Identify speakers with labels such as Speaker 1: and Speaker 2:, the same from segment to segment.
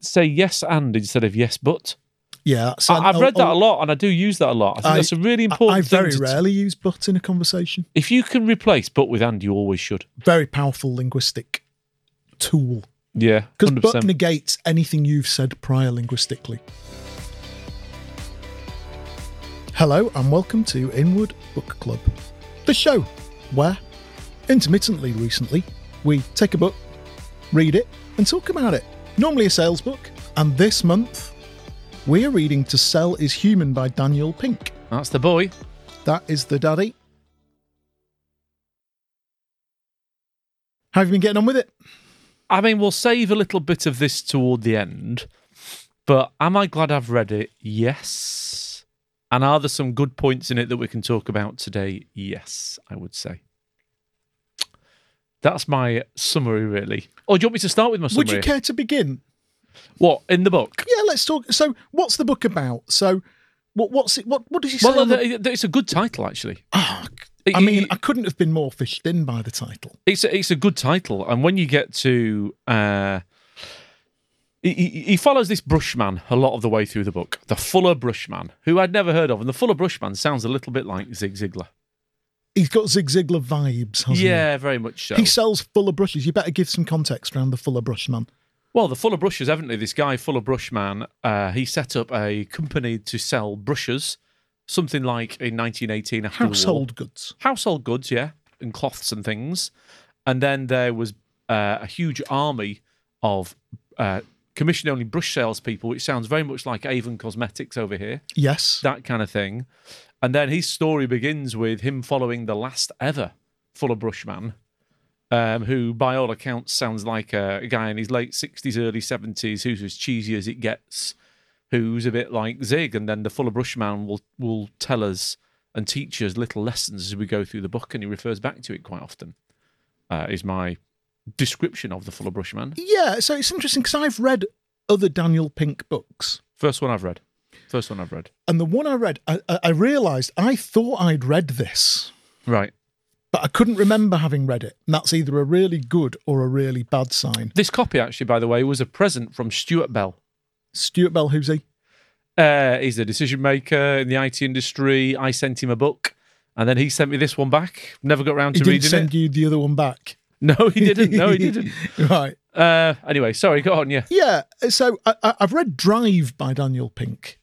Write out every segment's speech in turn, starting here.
Speaker 1: say yes and instead of yes but.
Speaker 2: Yeah, so
Speaker 1: I, I've read that a lot, and I do use that a lot. I think
Speaker 2: oh, I-
Speaker 1: that's a really
Speaker 2: I,
Speaker 1: important thing.
Speaker 2: very
Speaker 1: to-
Speaker 2: rarely use but in a conversation.
Speaker 1: if you can replace but with and, you always should.
Speaker 2: Very powerful linguistic tool
Speaker 1: Yeah,
Speaker 2: because
Speaker 1: hundred
Speaker 2: but
Speaker 1: percent.
Speaker 2: negates anything you've said prior linguistically. Hello and welcome to Inward Book Club, the show where, intermittently recently, we take a book, read it, and talk about it. Normally a sales book, and this month we are reading To Sell Is Human by Daniel Pink.
Speaker 1: That's the boy.
Speaker 2: That is the daddy. How have you been getting on with it?
Speaker 1: I mean, we'll save a little bit of this toward the end, but am I glad I've read it? Yes. And are there some good points in it that we can talk about today? Yes, I would say. That's my summary, really. Or do you want me to start with my summary?
Speaker 2: Would you care to begin?
Speaker 1: What in the book?
Speaker 2: Yeah, let's talk. So, what's the book about? So, what what's it? What what did he say?
Speaker 1: Well,
Speaker 2: on the-
Speaker 1: th- th- it's a good title, actually.
Speaker 2: Ah,
Speaker 1: It-
Speaker 2: I mean,
Speaker 1: it-
Speaker 2: I couldn't have been more fished in by the title.
Speaker 1: It's a, it's a good title, and when you get to, uh, he, he- he follows this Brushman a lot of the way through the book, the Fuller Brushman, who I'd never heard of, and the Fuller Brushman sounds a little bit like Zig Ziglar.
Speaker 2: He's got Zig Ziglar vibes, hasn't
Speaker 1: Yeah, very much so.
Speaker 2: he? He sells fuller brushes. You better give some context around the fuller brush man.
Speaker 1: Well, the Fuller Brushers, haven't they? This guy, Fuller Brushman, uh, he set up a company to sell brushes, something like in 1918 after the war.
Speaker 2: Household goods.
Speaker 1: household goods, yeah, and cloths and things. And then there was uh, a huge army of uh, commission only brush salespeople, which sounds very much like Avon Cosmetics over here,
Speaker 2: Yes.
Speaker 1: that kind of thing. And then his story begins with him following the last ever Fuller Brushman, um, who, by all accounts, sounds like a guy in his late 60s, early 70s, who's as cheesy as it gets, who's a bit like Zig. And then the Fuller Brushman will, will tell us and teach us little lessons as we go through the book, and he refers back to it quite often, uh, is my description of the Fuller Brushman.
Speaker 2: Yeah. So it's interesting because I've read other Daniel Pink books.
Speaker 1: First one I've read. First one I've read.
Speaker 2: And the one I read, I, I, I realised I thought I'd read this,
Speaker 1: Right.
Speaker 2: but I couldn't remember having read it. And that's either a really good or a really bad sign.
Speaker 1: This copy, actually, by the way, was a present from Stuart Bell.
Speaker 2: Stuart Bell, who's he?
Speaker 1: Uh, he's a decision maker in the IT industry. I sent him a book, and then he sent me this one back. Never got round
Speaker 2: He
Speaker 1: to
Speaker 2: didn't
Speaker 1: reading
Speaker 2: send
Speaker 1: it.
Speaker 2: you the other one back.
Speaker 1: No, he didn't. No, he didn't.
Speaker 2: right.
Speaker 1: Uh, anyway, sorry. Go on. Yeah,
Speaker 2: Yeah. So I, I- I've read Drive by Daniel Pink,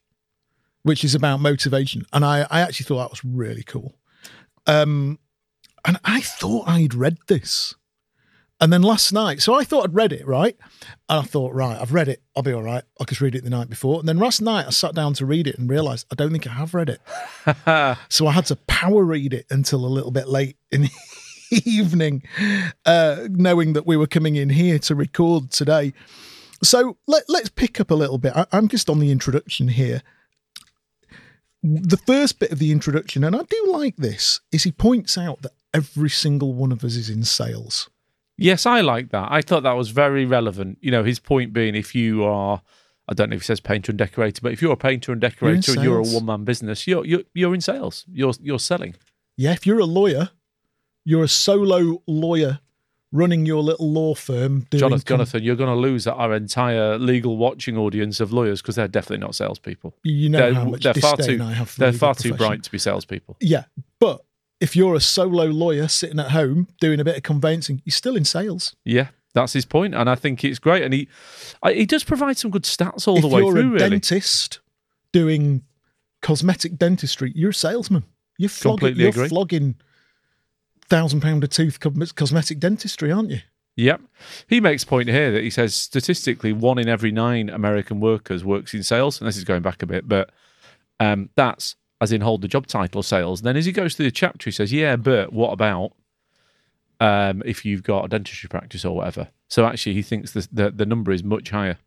Speaker 2: which is about motivation, and I, I actually thought that was really cool. Um, and I thought I'd read this, and then last night, so I thought I'd read it right, and I thought right, I've read it, I'll be all right. I'll just read it the night before, and then last night I sat down to read it and realised I don't think I have read it, so I had to power read it until a little bit late in. the Evening, uh, knowing that we were coming in here to record today, so let, let's pick up a little bit. I, I'm just on the introduction here. The first bit of the introduction, and I do like this, is he points out that every single one of us is in sales.
Speaker 1: yes, I like that. I thought that was very relevant. You know, his point being, if you are, I don't know if he says painter and decorator, but if you're a painter and decorator and you're a
Speaker 2: sales.
Speaker 1: one man business, you're, you're you're in sales. You're you're selling.
Speaker 2: Yeah, if you're a lawyer, you're a solo lawyer running your little law firm. Doing
Speaker 1: Jonathan, Jonathan, you're going to lose our entire legal watching audience of lawyers because they're definitely not salespeople.
Speaker 2: you know how much
Speaker 1: they're far
Speaker 2: disdain
Speaker 1: too
Speaker 2: I have for the
Speaker 1: they're
Speaker 2: legal
Speaker 1: far too
Speaker 2: profession.
Speaker 1: bright to be salespeople.
Speaker 2: Yeah, but if you're a solo lawyer sitting at home doing a bit of conveyancing, you're still in sales.
Speaker 1: Yeah, that's his point, and I think it's great. And he I, he does provide some good stats all
Speaker 2: if
Speaker 1: the way
Speaker 2: you're
Speaker 1: through.
Speaker 2: a
Speaker 1: Really,
Speaker 2: dentist doing cosmetic dentistry, you're a salesman. You're flogging,
Speaker 1: Completely
Speaker 2: you're
Speaker 1: agree.
Speaker 2: flogging thousand pound a tooth cos- cosmetic dentistry, aren't you?
Speaker 1: yep. He makes point here that he says statistically one in every nine American workers works in sales, and this is going back a bit, but um, that's as in hold the job title sales. And then as he goes through the chapter, he says, "Yeah, but what about um, if you've got a dentistry practice or whatever?" So actually, he thinks the the, the number is much higher.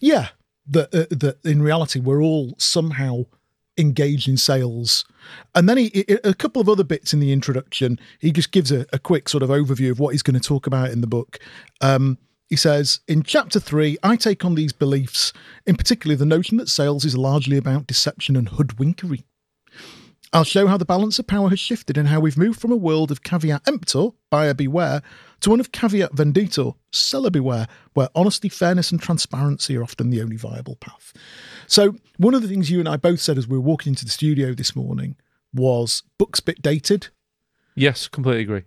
Speaker 2: Yeah. That uh, that in reality we're all somehow engaged in sales. And then he, he- a couple of other bits in the introduction, he just gives a, a quick sort of overview of what he's going to talk about in the book. Um, he says, in chapter three, I take on these beliefs, in particular the notion that sales is largely about deception and hoodwinkery. I'll show how the balance of power has shifted and how we've moved from a world of caveat emptor, buyer beware, to one of caveat venditor, seller beware, where honesty, fairness, and transparency are often the only viable path. So, one of the things you and I both said as we were walking into the studio this morning was books bit dated,
Speaker 1: Yes, completely agree.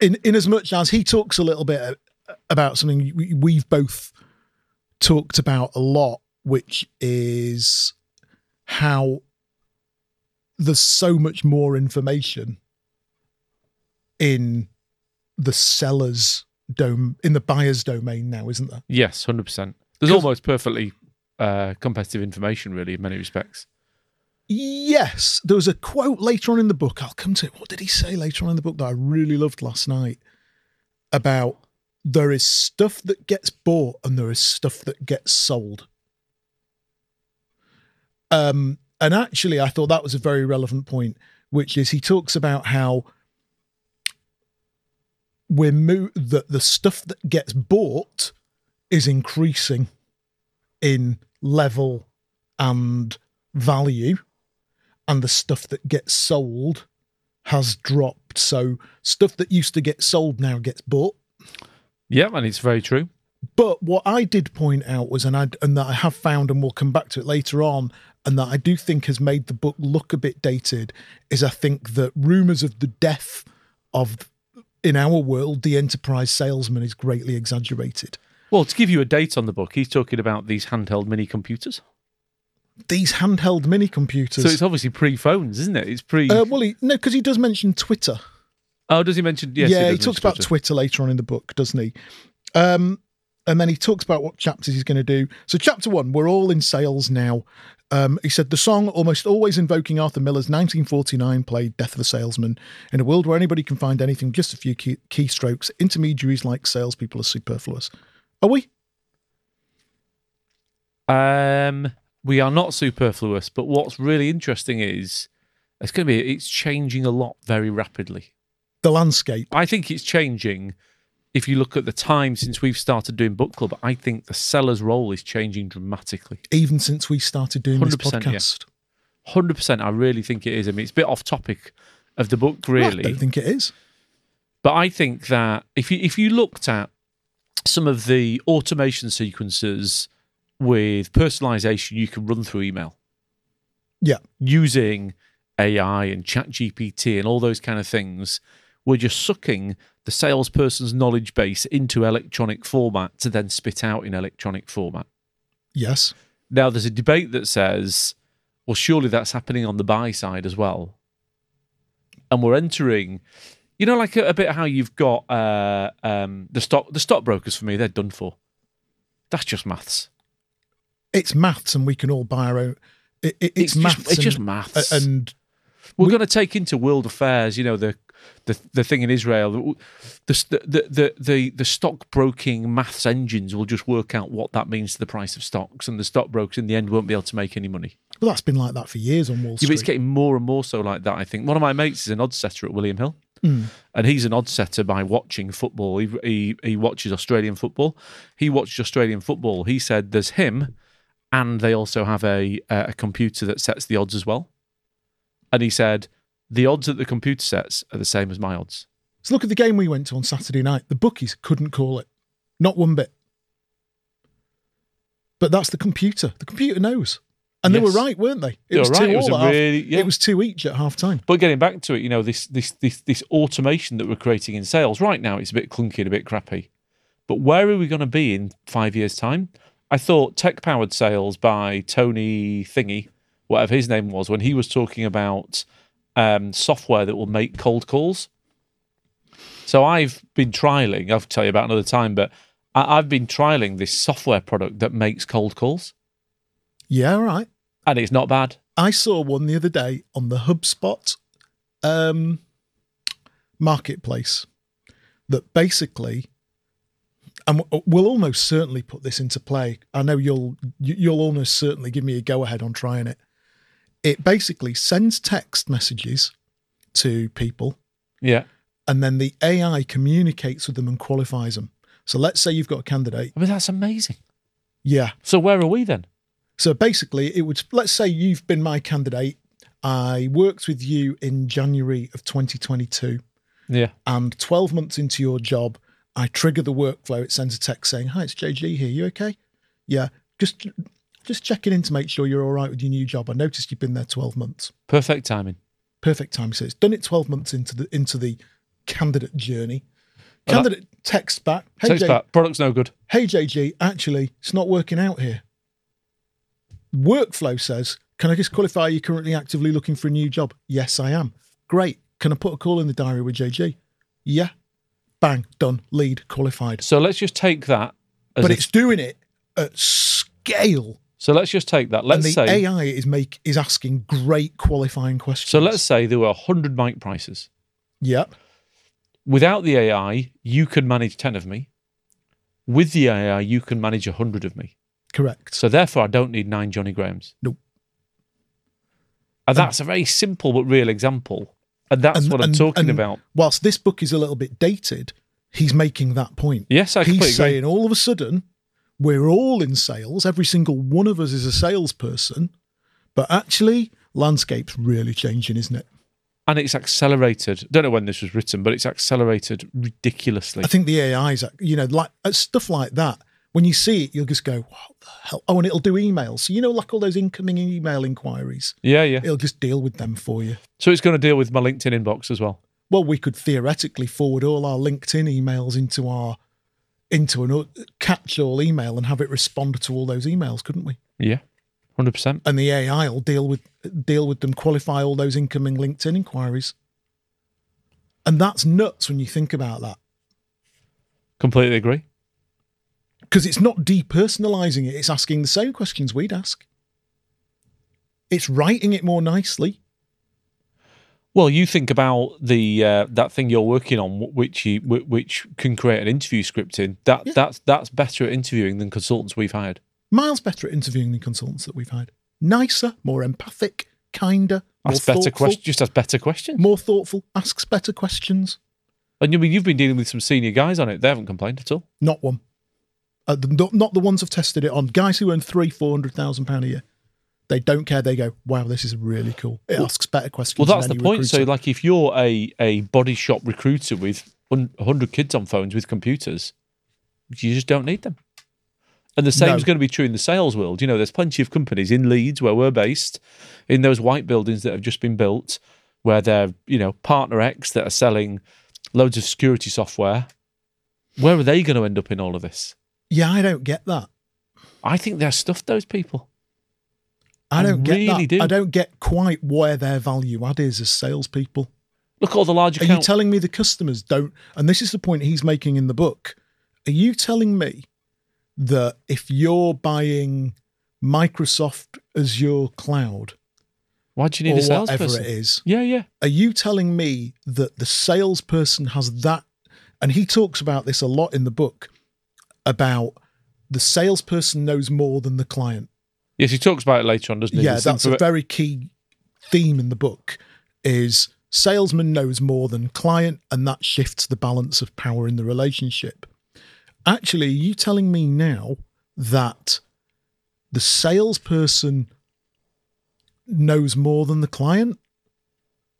Speaker 2: in in as much as he talks a little bit about something we- we've both talked about a lot, which is how there's so much more information in the seller's dome in the buyer's domain now, isn't there?
Speaker 1: Yes, hundred percent. There's
Speaker 2: 'Cause-
Speaker 1: almost perfectly uh, competitive information, really, in many respects.
Speaker 2: Yes, there was a quote later on in the book. I'll come to it. What did he say later on in the book that I really loved last night about there is stuff that gets bought and there is stuff that gets sold. Um, and actually, I thought that was a very relevant point, which is he talks about how we're mo- that the stuff that gets bought is increasing in level and value and the stuff that gets sold has dropped. So stuff that used to get sold now gets bought.
Speaker 1: Yeah, and it's very true.
Speaker 2: But what I did point out was, and I and that I have found, and we'll come back to it later on, and that I do think has made the book look a bit dated, is I think that rumours of the death of in our world the enterprise salesman is greatly exaggerated.
Speaker 1: Well, to give you a date on the book, he's talking about these handheld mini computers.
Speaker 2: These handheld
Speaker 1: So
Speaker 2: mini
Speaker 1: it's
Speaker 2: computers.
Speaker 1: obviously pre phones, isn't it? It's pre.
Speaker 2: uh, well, he, no, because he does mention Twitter.
Speaker 1: oh, does he mention? Yes,
Speaker 2: yeah,
Speaker 1: does
Speaker 2: he
Speaker 1: mention
Speaker 2: talks about Twitter. later on in the book, doesn't he? Um, and then he talks about what chapters he's going to do. So, chapter one, we're all in sales now. Um, he said the song, almost always invoking Arthur Miller's 1949 play Death of a Salesman. In a world where anybody can find anything, with just a few key, keystrokes, intermediaries like salespeople are superfluous. Are we?
Speaker 1: Um, we are not superfluous, but what's really interesting is it's going to be it's changing a lot very rapidly.
Speaker 2: The landscape.
Speaker 1: I think it's changing. If you look at the time since we've started doing book club, I think the seller's role is changing dramatically.
Speaker 2: even since we started doing this
Speaker 1: 100%, yeah.
Speaker 2: podcast.
Speaker 1: Hundred percent, I really think it is. I mean, it's a bit off topic of the book,
Speaker 2: I
Speaker 1: really,
Speaker 2: don't think it is.
Speaker 1: but I think that if you if you looked at some of the automation sequences with personalization, you can run through email.
Speaker 2: Yeah.
Speaker 1: using AI and chat GPT and all those kind of things, we're just sucking the salesperson's knowledge base into electronic format to then spit out in electronic format.
Speaker 2: Yes.
Speaker 1: Now, there's a debate that says, well, surely that's happening on the buy side as well. And we're entering, you know, like a, a bit how you've got uh, um, the stock the stockbrokers for me, they're done for. That's just maths.
Speaker 2: It's maths, and we can all buy our own. It, it, it's, maths.
Speaker 1: Just, it's just
Speaker 2: and-
Speaker 1: maths.
Speaker 2: and
Speaker 1: we're going to take into world affairs, you know, the the, the thing in Israel, the the the the, the stock broking maths engines will just work out what that means to the price of stocks, and the stockbrokers in the end won't be able to make any money.
Speaker 2: But that's been like that for years on
Speaker 1: Yeah,
Speaker 2: Wall
Speaker 1: but
Speaker 2: Street.
Speaker 1: it's getting more and more so like that. I think one of my mates is an odd setter at William Hill,
Speaker 2: Hmm.
Speaker 1: and he's an odd setter by watching football. He, he he watches Australian football. He watched Australian football. He said there's him, and they also have a uh, a computer that sets the odds as well. And he said the odds that the computer sets are the same as my odds.
Speaker 2: so look at the game we went to on Saturday night. The bookies couldn't call it, not one bit. But that's the computer. The computer knows, and they
Speaker 1: Yes.
Speaker 2: were right, weren't they? It
Speaker 1: You're
Speaker 2: was
Speaker 1: right,
Speaker 2: two
Speaker 1: it was
Speaker 2: all
Speaker 1: a
Speaker 2: at half-
Speaker 1: really- yeah.
Speaker 2: It was two each at half time.
Speaker 1: But getting back to it, you know, this this this this automation that we're creating in sales right now, it's a bit clunky and a bit crappy. But where are we going to be in five years' time? I thought tech powered sales by Tony Thingy, whatever his name was, when he was talking about um, software that will make cold calls. So I've been trialing, I'll tell you about another time, but I- I've been trialing this software product that makes cold calls,
Speaker 2: Yeah, all right.
Speaker 1: and it's not bad.
Speaker 2: I saw one the other day on the HubSpot um, marketplace that basically, and w- we'll almost certainly put this into play. I know you'll you- you'll almost certainly give me a go ahead on trying it. It basically sends text messages to people,
Speaker 1: Yeah.
Speaker 2: and then the AI communicates with them and qualifies them. So let's say you've got a candidate.
Speaker 1: I mean, that's amazing.
Speaker 2: Yeah,
Speaker 1: So where are we then?
Speaker 2: So basically, it would let's say you've been my candidate I worked with you in January of 2022,
Speaker 1: Yeah.
Speaker 2: and 12 months into your job, I trigger the workflow at Centre Tech saying, "Hi, it's JG here. You okay? Yeah, just just checking in to make sure you're all right with your new job. I noticed you've been there 12 months.
Speaker 1: Perfect timing.
Speaker 2: Perfect time. So it's done it 12 months into the into the candidate journey.
Speaker 1: Well, that-
Speaker 2: Candidate texts back, "Hey,
Speaker 1: Takes
Speaker 2: J-
Speaker 1: back. Product's no good.
Speaker 2: hey JG, actually, it's not working out here. Workflow says, can I just qualify? Are you currently actively looking for a new job? Yes, I am. Great. Can I put a call in the diary with JG? Yeah. Bang, done, lead, qualified.
Speaker 1: So let's just take that. As
Speaker 2: But
Speaker 1: a-
Speaker 2: it's doing it at scale.
Speaker 1: so let's just take that. Let's
Speaker 2: and the
Speaker 1: say.
Speaker 2: AI is make is asking great qualifying questions.
Speaker 1: so let's say there were 100 mic prices.
Speaker 2: Yep.
Speaker 1: Without the AI, you can manage 10 of me. With the AI, you can manage 100 of me.
Speaker 2: Correct.
Speaker 1: So therefore, I don't need nine Johnny Grahams.
Speaker 2: Nope.
Speaker 1: And that's a very simple but real example. And that's
Speaker 2: And-
Speaker 1: what I'm
Speaker 2: and-
Speaker 1: talking
Speaker 2: and-
Speaker 1: about.
Speaker 2: Whilst this book is a little bit dated, he's making that point.
Speaker 1: Yes, I completely
Speaker 2: he's
Speaker 1: agree.
Speaker 2: saying all of a sudden we're all in sales. Every single one of us is a salesperson, but actually, landscape's really changing, isn't it?
Speaker 1: and it's accelerated. Don't know when this was written, but it's accelerated ridiculously.
Speaker 2: I think the AI's, you know, like uh, stuff like that. When you see it, you'll just go, "What the hell?" Oh, and it'll do emails. So you know, like all those incoming email inquiries,
Speaker 1: yeah, yeah.
Speaker 2: it'll just deal with them for you.
Speaker 1: So it's going to deal with my LinkedIn inbox as well.
Speaker 2: Well, we could theoretically forward all our LinkedIn emails into our into an o- catch-all email and have it respond to all those emails, couldn't we?
Speaker 1: Yeah, hundred percent.
Speaker 2: and the AI will deal with deal with them, qualify all those incoming LinkedIn inquiries. And that's nuts when you think about that,
Speaker 1: Completely agree.
Speaker 2: because it's not depersonalizing it; it's asking the same questions we'd ask. It's writing it more nicely.
Speaker 1: Well, you think about the uh, that thing you're working on, wh- which you, wh- which can create an interview script in. That
Speaker 2: Yeah.
Speaker 1: that's that's better at interviewing than consultants we've hired.
Speaker 2: Miles better at interviewing than consultants that we've had. Nicer, more empathic, kinder, more
Speaker 1: That's better
Speaker 2: thoughtful,
Speaker 1: question. Just has better questions.
Speaker 2: more thoughtful, asks better questions.
Speaker 1: And you mean you've been dealing with some senior guys on it? They haven't complained at all.
Speaker 2: Not one. Uh, the, not, not the ones I've tested it on. Guys who earn three, four hundred thousand pound a year, they don't care. They go, "Wow, this is really cool." It asks better questions.
Speaker 1: Well,
Speaker 2: than
Speaker 1: that's the
Speaker 2: any
Speaker 1: point. So,
Speaker 2: recruiter.
Speaker 1: like, if you're a a body shop recruiter with hun- 100 kids on phones with computers, you just don't need them. And the same
Speaker 2: No.
Speaker 1: is going to be true in the sales world. You know, there's plenty of companies in Leeds where we're based, in those white buildings that have just been built, where they're you know partner X that are selling loads of security software. Where are they going to end up in all of this?
Speaker 2: yeah, I don't get that.
Speaker 1: I think they're stuffed. Those people.
Speaker 2: I
Speaker 1: I
Speaker 2: don't get
Speaker 1: really
Speaker 2: that.
Speaker 1: do.
Speaker 2: I don't get quite where their value add is as salespeople.
Speaker 1: Look, at all the large
Speaker 2: Are you
Speaker 1: accounts.
Speaker 2: telling me the customers don't? And this is the point he's making in the book. Are you telling me that if you're buying Microsoft Azure Cloud
Speaker 1: Why do you
Speaker 2: or
Speaker 1: need a
Speaker 2: whatever
Speaker 1: salesperson?
Speaker 2: it is,
Speaker 1: Yeah, yeah.
Speaker 2: are you telling me that the salesperson has that and he talks about this a lot in the book about the salesperson knows more than the client
Speaker 1: Yes, he talks about it later on, doesn't he?
Speaker 2: yeah
Speaker 1: There's
Speaker 2: that's a
Speaker 1: info-
Speaker 2: very key theme in the book is salesman knows more than client and that shifts the balance of power in the relationship actually are you telling me now that the salesperson knows more than the client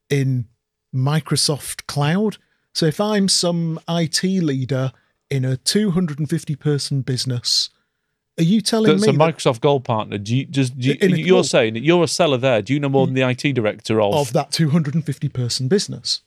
Speaker 2: in Microsoft Cloud. So if I'm some IT leader in a 250 person business, are you telling
Speaker 1: that's
Speaker 2: me
Speaker 1: a
Speaker 2: that-
Speaker 1: Microsoft Gold partner. Do you just do you,
Speaker 2: In a
Speaker 1: you're
Speaker 2: call.
Speaker 1: saying that you're a seller there? Do you know more than the IT director of?
Speaker 2: of that 250 person business?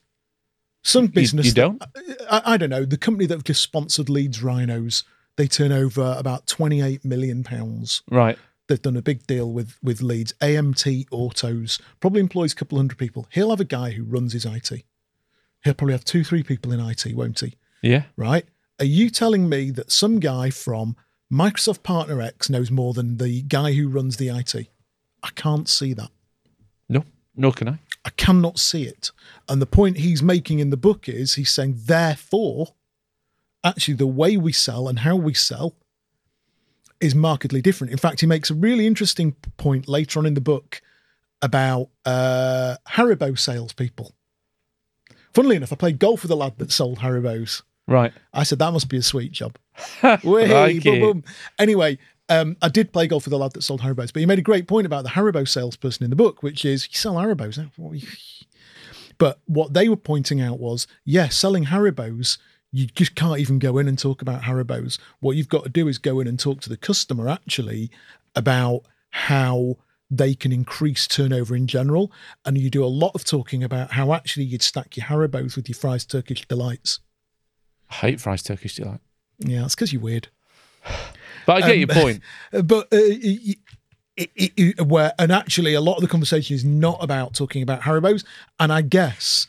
Speaker 2: Some business
Speaker 1: you don't?
Speaker 2: that- I, I don't know. The company that have just sponsored Leeds Rhinos, they turn over about 28 million pounds.
Speaker 1: right.
Speaker 2: They've done a big deal with with Leeds AMT Autos. Probably employs a couple hundred people. He'll have a guy who runs his IT. He'll probably have two, three people in IT, won't he?
Speaker 1: Yeah.
Speaker 2: right? Are you telling me that some guy from Microsoft Partner X knows more than the guy who runs the IT? I can't see that.
Speaker 1: No. Nor can I.
Speaker 2: I cannot see it. And the point he's making in the book is he's saying, therefore, actually, the way we sell and how we sell is markedly different. In fact, he makes a really interesting point later on in the book about uh, Haribo salespeople. Funnily enough, I played golf with a lad that sold Haribos.
Speaker 1: Right.
Speaker 2: I said, that must be a sweet job. Whey,
Speaker 1: Crikey.
Speaker 2: boom, boom. Anyway, Um, I did play golf with a lad that sold Haribos, but he made a great point about the Haribo salesperson in the book, which is you sell Haribos. eh? What you- But what they were pointing out was, yeah, selling Haribos, you just can't even go in and talk about Haribos. What you've got to do is go in and talk to the customer actually about how they can increase turnover in general. And you do a lot of talking about how actually you'd stack your Haribos with your fries Turkish delights.
Speaker 1: I hate fries Turkish delight.
Speaker 2: Yeah, that's because you're weird.
Speaker 1: But I get
Speaker 2: Um,
Speaker 1: your point.
Speaker 2: but uh, it, it, it, where and actually a lot of the conversation is not about talking about Haribos, and I guess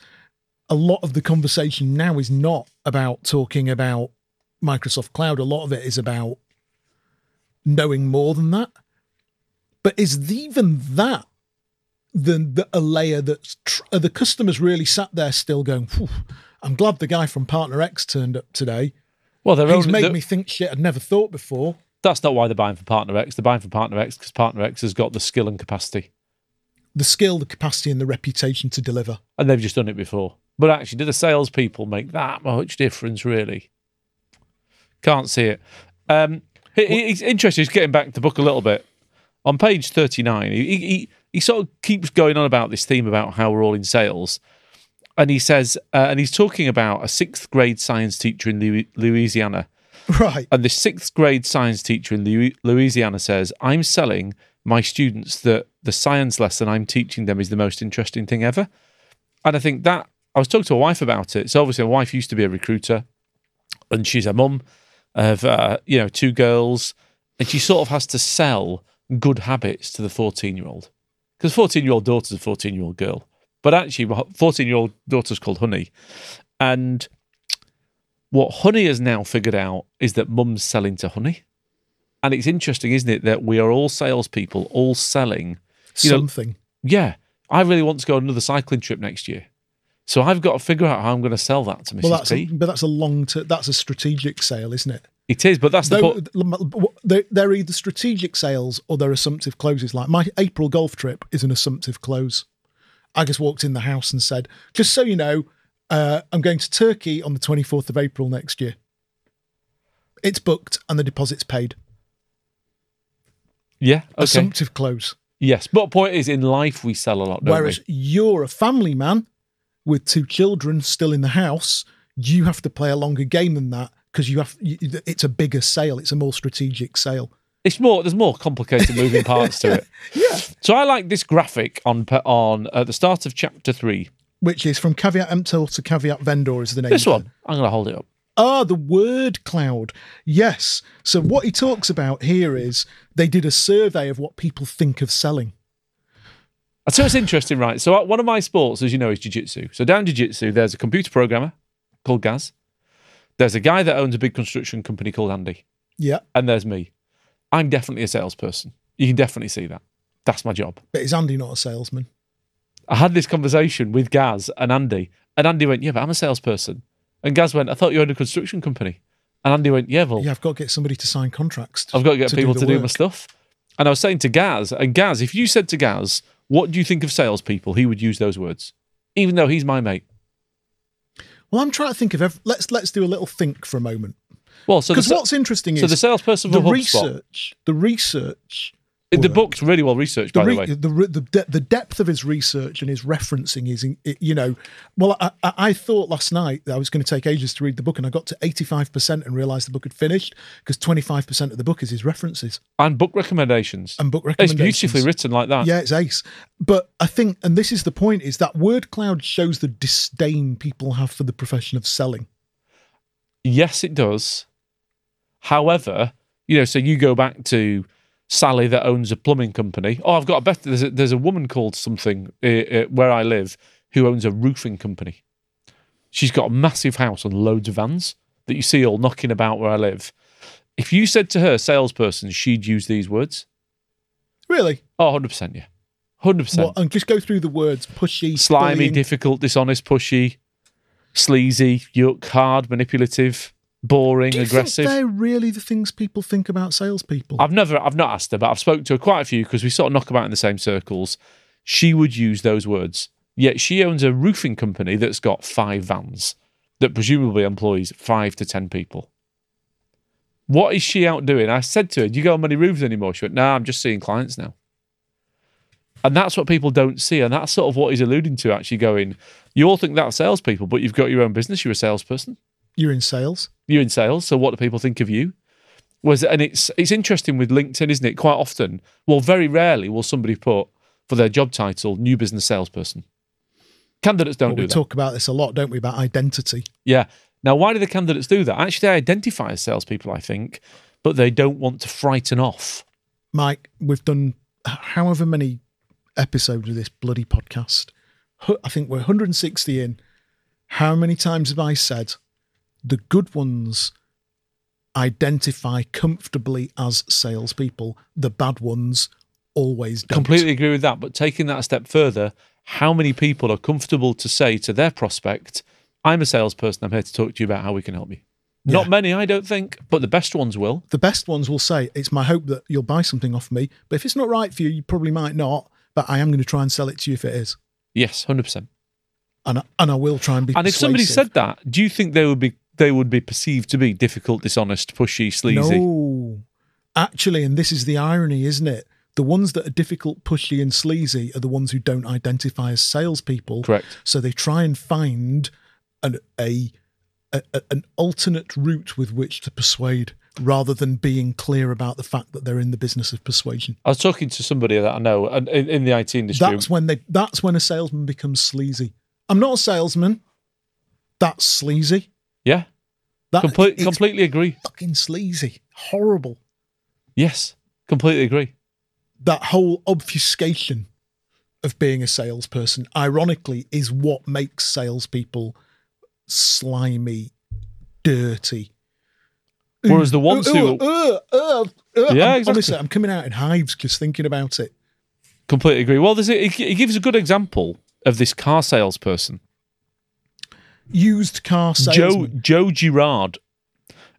Speaker 2: a lot of the conversation now is not about talking about Microsoft Cloud. A lot of it is about knowing more than that. But is even that than the, a layer that's tr- are the customers really sat there still going? "Phew, I'm glad the guy from Partner X turned up today.
Speaker 1: Well, they're
Speaker 2: He's
Speaker 1: only,
Speaker 2: made
Speaker 1: they're-
Speaker 2: me think shit I'd never thought before.
Speaker 1: that's not why they're buying for Partner X. They're buying for Partner X because Partner X has got the skill and capacity,
Speaker 2: the skill, the capacity, and the reputation to deliver.
Speaker 1: and they've just done it before. But actually, do the salespeople make that much difference? Really, can't see it. Um, it- it's interesting. Just getting back to the book a little bit. On page thirty-nine, he, he he sort of keeps going on about this theme about how we're all in sales, and he says, uh, and he's talking about a sixth-grade science teacher in Lu- Louisiana
Speaker 2: Right.
Speaker 1: And the sixth grade science teacher in Lu- Louisiana says, I'm selling my students that the science lesson I'm teaching them is the most interesting thing ever. And I think that I was talking to a wife about it. So obviously, my wife used to be a recruiter and she's a mum of, uh, you know, two girls. And she sort of has to sell good habits to the 14 year old because 14 year old daughter's a 14 year old girl. But actually, my 14 year old daughter's called Honey. And what Honey has now figured out is that mum's selling to Honey. And it's interesting, isn't it, that we are all salespeople, all selling. You know-
Speaker 2: Something.
Speaker 1: Yeah, I really want to go on another cycling trip next year. So I've got to figure out how I'm going to sell that to Mrs.
Speaker 2: well, that's a,
Speaker 1: P.
Speaker 2: but that's a long term. That's a strategic sale, isn't it?
Speaker 1: It is, but that's the
Speaker 2: Though,
Speaker 1: point.
Speaker 2: they're, they're either strategic sales or they're assumptive closes. Like my April golf trip is an assumptive close. I just walked in the house and said, "Just so you know, uh, I'm going to Turkey on the 24th of April next year. It's booked and the deposit's paid.
Speaker 1: Yeah, okay.
Speaker 2: Assumptive close.
Speaker 1: yes, but point is, in life we sell a lot, don't
Speaker 2: Whereas
Speaker 1: we?
Speaker 2: you're a family man with two children still in the house, you have to play a longer game than that because you have you, it's a bigger sale, it's a more strategic sale.
Speaker 1: It's more. There's more complicated moving parts to it.
Speaker 2: Yeah,
Speaker 1: So I like this graphic on pa- on at the start of chapter three.
Speaker 2: which is from caveat emptor to caveat vendor is the name.
Speaker 1: This
Speaker 2: of it.
Speaker 1: one, I'm going to hold it up.
Speaker 2: Ah, the word cloud. Yes. So what he talks about here is they did a survey of what people think of selling.
Speaker 1: So it's interesting, right? So one of my sports, as you know, is jiu-jitsu. So down jiu-jitsu, there's a computer programmer called Gaz. There's a guy that owns a big construction company called Andy,
Speaker 2: Yeah,
Speaker 1: and there's me. I'm definitely a salesperson. You can definitely see that. That's my job.
Speaker 2: but is Andy not a salesman?
Speaker 1: I had this conversation with Gaz and Andy, and Andy went, "Yeah, but I'm a salesperson." And Gaz went, "I thought you owned a construction company." And Andy went, "Yeah, well,
Speaker 2: Yeah, I've got to get somebody to sign contracts.
Speaker 1: I've got to get people
Speaker 2: the
Speaker 1: to do my
Speaker 2: work.
Speaker 1: stuff." And I was saying to Gaz, and Gaz, if you said to Gaz, "What do you think of salespeople?" He would use those words, even though he's my mate.
Speaker 2: Well, I'm trying to think of. Every, let's let's do a little think for a moment.
Speaker 1: Well, so the
Speaker 2: Because
Speaker 1: sa-
Speaker 2: what's interesting is
Speaker 1: So the salesperson for
Speaker 2: the
Speaker 1: HubSpot,
Speaker 2: research, the research,
Speaker 1: the
Speaker 2: work.
Speaker 1: book's really well researched,
Speaker 2: the
Speaker 1: by
Speaker 2: re-
Speaker 1: the way.
Speaker 2: the, re- the, de- the depth of his research and his referencing is, in- it- you know, well, I, I I thought last night that I was going to take ages to read the book, and I got to eighty five percent and realised the book had finished because twenty five percent of the book is his references
Speaker 1: And book recommendations.
Speaker 2: and book
Speaker 1: It's
Speaker 2: recommendations.
Speaker 1: beautifully written like that.
Speaker 2: Yeah, it's ace. But I think, and this is the point, is that word cloud shows the disdain people have for the profession of selling.
Speaker 1: Yes, it does. However, you know, so you go back to Sally that owns a plumbing company. Oh, I've got a better. There's a, there's a woman called something uh, uh, where I live who owns a roofing company. She's got a massive house and loads of vans that you see all knocking about where I live. If you said to her, salesperson, she'd use these words.
Speaker 2: Really?
Speaker 1: Oh, 100%, yeah. 100%.
Speaker 2: What, and just go through the words: pushy,
Speaker 1: slimy,
Speaker 2: bullying,
Speaker 1: difficult, dishonest, pushy, sleazy, yuck, hard, manipulative, boring,
Speaker 2: Do you think
Speaker 1: aggressive.
Speaker 2: they're really the things people think about salespeople.
Speaker 1: I've never, I've not asked her, but I've spoken to her quite a few because we sort of knock about in the same circles. She would use those words. Yet she owns a roofing company that's got five vans that presumably employs five to ten people. What is she out doing? I said to her, Do you go on many roofs anymore? She went, No, I'm just seeing clients now. And that's what people don't see. And that's sort of what he's alluding to, actually going, You all think that's salespeople, but you've got your own business. You're a salesperson.
Speaker 2: You're in sales.
Speaker 1: You're in sales. So what do people think of you? Was and it's it's interesting with LinkedIn, isn't it? Quite often, well, very rarely will somebody put for their job title new business salesperson. Candidates don't
Speaker 2: But
Speaker 1: do
Speaker 2: we
Speaker 1: that.
Speaker 2: talk about this a lot, don't we? About identity.
Speaker 1: Yeah. Now, why do the candidates do that? Actually, they identify as salespeople, I think, but they don't want to frighten off.
Speaker 2: Mike, we've done h- however many episodes of this bloody podcast. Hu- I think we're 160 in. How many times have I said the good ones identify comfortably as salespeople? The bad ones always don't.
Speaker 1: Completely agree with that. But taking that a step further, how many people are comfortable to say to their prospect, I'm a salesperson, I'm here to talk to you about how we can help you? Not many, I don't think, but the best ones will.
Speaker 2: The best ones will say, It's my hope that you'll buy something off me. But if it's not right for you, you probably might not. But I am going to try and sell it to you if it is.
Speaker 1: Yes, 100%.
Speaker 2: And I, and I will try and be
Speaker 1: And if somebody
Speaker 2: persuasive.
Speaker 1: said that, do you think they would be they would be perceived to be difficult, dishonest, pushy, sleazy?
Speaker 2: No. Actually, and this is the irony, isn't it? The ones that are difficult, pushy, and sleazy are the ones who don't identify as salespeople.
Speaker 1: Correct.
Speaker 2: So they try and find an a, a a- an alternate route with which to persuade, rather than being clear about the fact that they're in the business of persuasion.
Speaker 1: I was talking to somebody that I know and in, in the IT industry.
Speaker 2: That's when they. That's when a salesman becomes sleazy. I'm not a salesman. That's sleazy.
Speaker 1: yeah,
Speaker 2: That
Speaker 1: complete,
Speaker 2: it's
Speaker 1: completely agree.
Speaker 2: fucking sleazy. Horrible.
Speaker 1: Yes, completely agree.
Speaker 2: that whole obfuscation of being a salesperson, ironically, is what makes salespeople slimy, dirty.
Speaker 1: Whereas the ones who
Speaker 2: Uh, uh, uh,
Speaker 1: Yeah,
Speaker 2: uh, I'm-
Speaker 1: exactly.
Speaker 2: Honestly, I'm coming out in hives just thinking about it.
Speaker 1: completely agree. Well, there's a, he gives a good example of this car salesperson,
Speaker 2: Used car
Speaker 1: Joe
Speaker 2: salesman.
Speaker 1: Joe Girard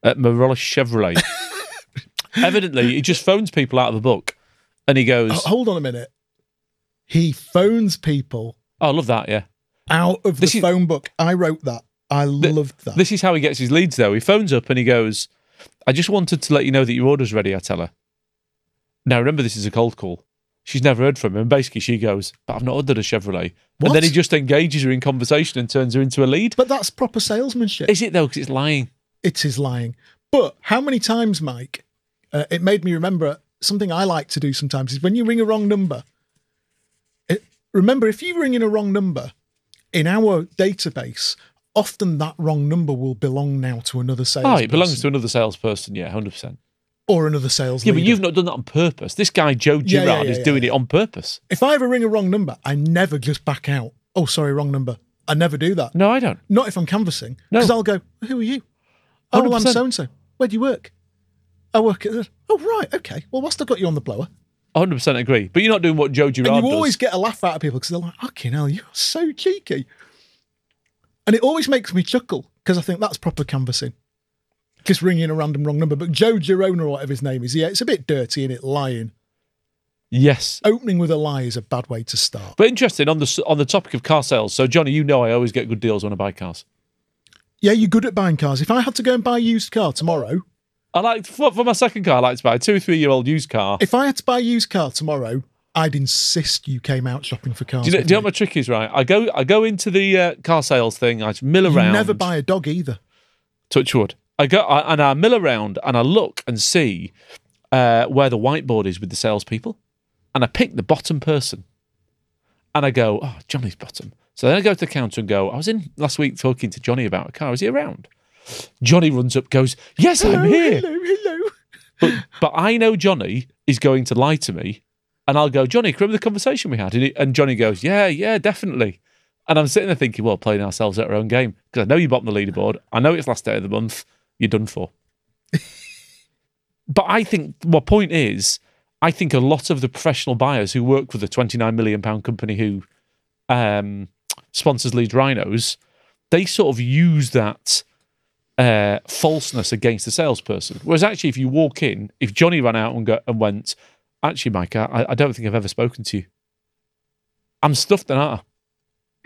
Speaker 1: at Morellis Chevrolet. Evidently, he just phones people out of a book, and he goes,
Speaker 2: H- Hold on a minute. He phones people
Speaker 1: "Oh, I love that. Yeah,
Speaker 2: out of
Speaker 1: This
Speaker 2: the
Speaker 1: is-
Speaker 2: phone book. I wrote that. I loved that.
Speaker 1: This is how he gets his leads, though. He phones up and he goes, I just wanted to let you know that your order's ready, I tell her. Now, remember, this is a cold call. She's never heard from him. And basically, she goes, But I've not ordered a Chevrolet.
Speaker 2: What?
Speaker 1: And then he just engages her in conversation and turns her into a lead.
Speaker 2: but that's proper salesmanship.
Speaker 1: Is it, though? Because it's lying.
Speaker 2: it is lying. But how many times, Mike? Uh, it made me remember something I like to do sometimes is when you ring a wrong number. It, remember, if you ring in a wrong number in our database, often that wrong number will belong now to another sales.
Speaker 1: Oh, it belongs to another salesperson. Yeah, 100%.
Speaker 2: or another sales.
Speaker 1: Yeah, but
Speaker 2: leader.
Speaker 1: you've not done that on purpose. This guy, Joe
Speaker 2: Yeah, yeah,
Speaker 1: Girard,
Speaker 2: yeah,
Speaker 1: is
Speaker 2: yeah,
Speaker 1: doing it on purpose.
Speaker 2: if I ever ring a wrong number, I never just back out. Oh, sorry, wrong number. I never do that.
Speaker 1: No, I don't.
Speaker 2: Not if I'm canvassing,
Speaker 1: No.
Speaker 2: because I'll go, "Who are you?" Oh, well, I'm
Speaker 1: 100%.
Speaker 2: so and so. Where do you work? I work at. this." Oh, right, okay. Well, whilst I've got you on the blower,
Speaker 1: 100% agree. But you're not doing what Joe Girard
Speaker 2: And you
Speaker 1: does.
Speaker 2: always get a laugh out of people because they're like, fucking hell, you're so cheeky. And it always makes me chuckle because I think that's proper canvassing. Just ringing a random wrong number. But Joe Girona or whatever his name is, yeah, it's a bit dirty and it lying.
Speaker 1: yes.
Speaker 2: Opening with a lie is a bad way to start.
Speaker 1: But interesting on the s- on the topic of car sales. So Johnny, you know I always get good deals when I buy cars.
Speaker 2: Yeah, you're good at buying cars. If I had to go and buy a used car tomorrow,
Speaker 1: I like for, for my second car. I like to buy a two, three year old used car.
Speaker 2: if I had to buy a used car tomorrow, I'd insist you came out shopping for cars.
Speaker 1: Do you, know,
Speaker 2: with
Speaker 1: do you know
Speaker 2: me.
Speaker 1: what my trick is? Right, I go I go into the uh, car sales thing. I just mill
Speaker 2: You
Speaker 1: around.
Speaker 2: never buy a dog either.
Speaker 1: touch wood. I go I, and I mill around and I look and see uh, where the whiteboard is with the salespeople, and I pick the bottom person, and I go, oh, Johnny's bottom. So then I go to the counter and go, I was in last week talking to Johnny about a car. Is he around? Johnny runs up, goes, yes, I'm
Speaker 2: hello,
Speaker 1: here.
Speaker 2: hello, hello.
Speaker 1: But I know Johnny is going to lie to me, and I'll go, Johnny, can you remember the conversation we had? And, he- and Johnny goes, Yeah, yeah, definitely. And I'm sitting there thinking, well, playing ourselves at our own game because I know you bottom the leaderboard. I know it's last day of the month. You're done for. but I think my point is, I think a lot of the professional buyers who work for the 29 million pound company who um, sponsors Leeds Rhinos, they sort of use that uh, falseness against the salesperson. Whereas actually, if you walk in, if Johnny ran out and, go, and went, actually, Mike, I, I don't think I've ever spoken to you. I'm stuffed and I.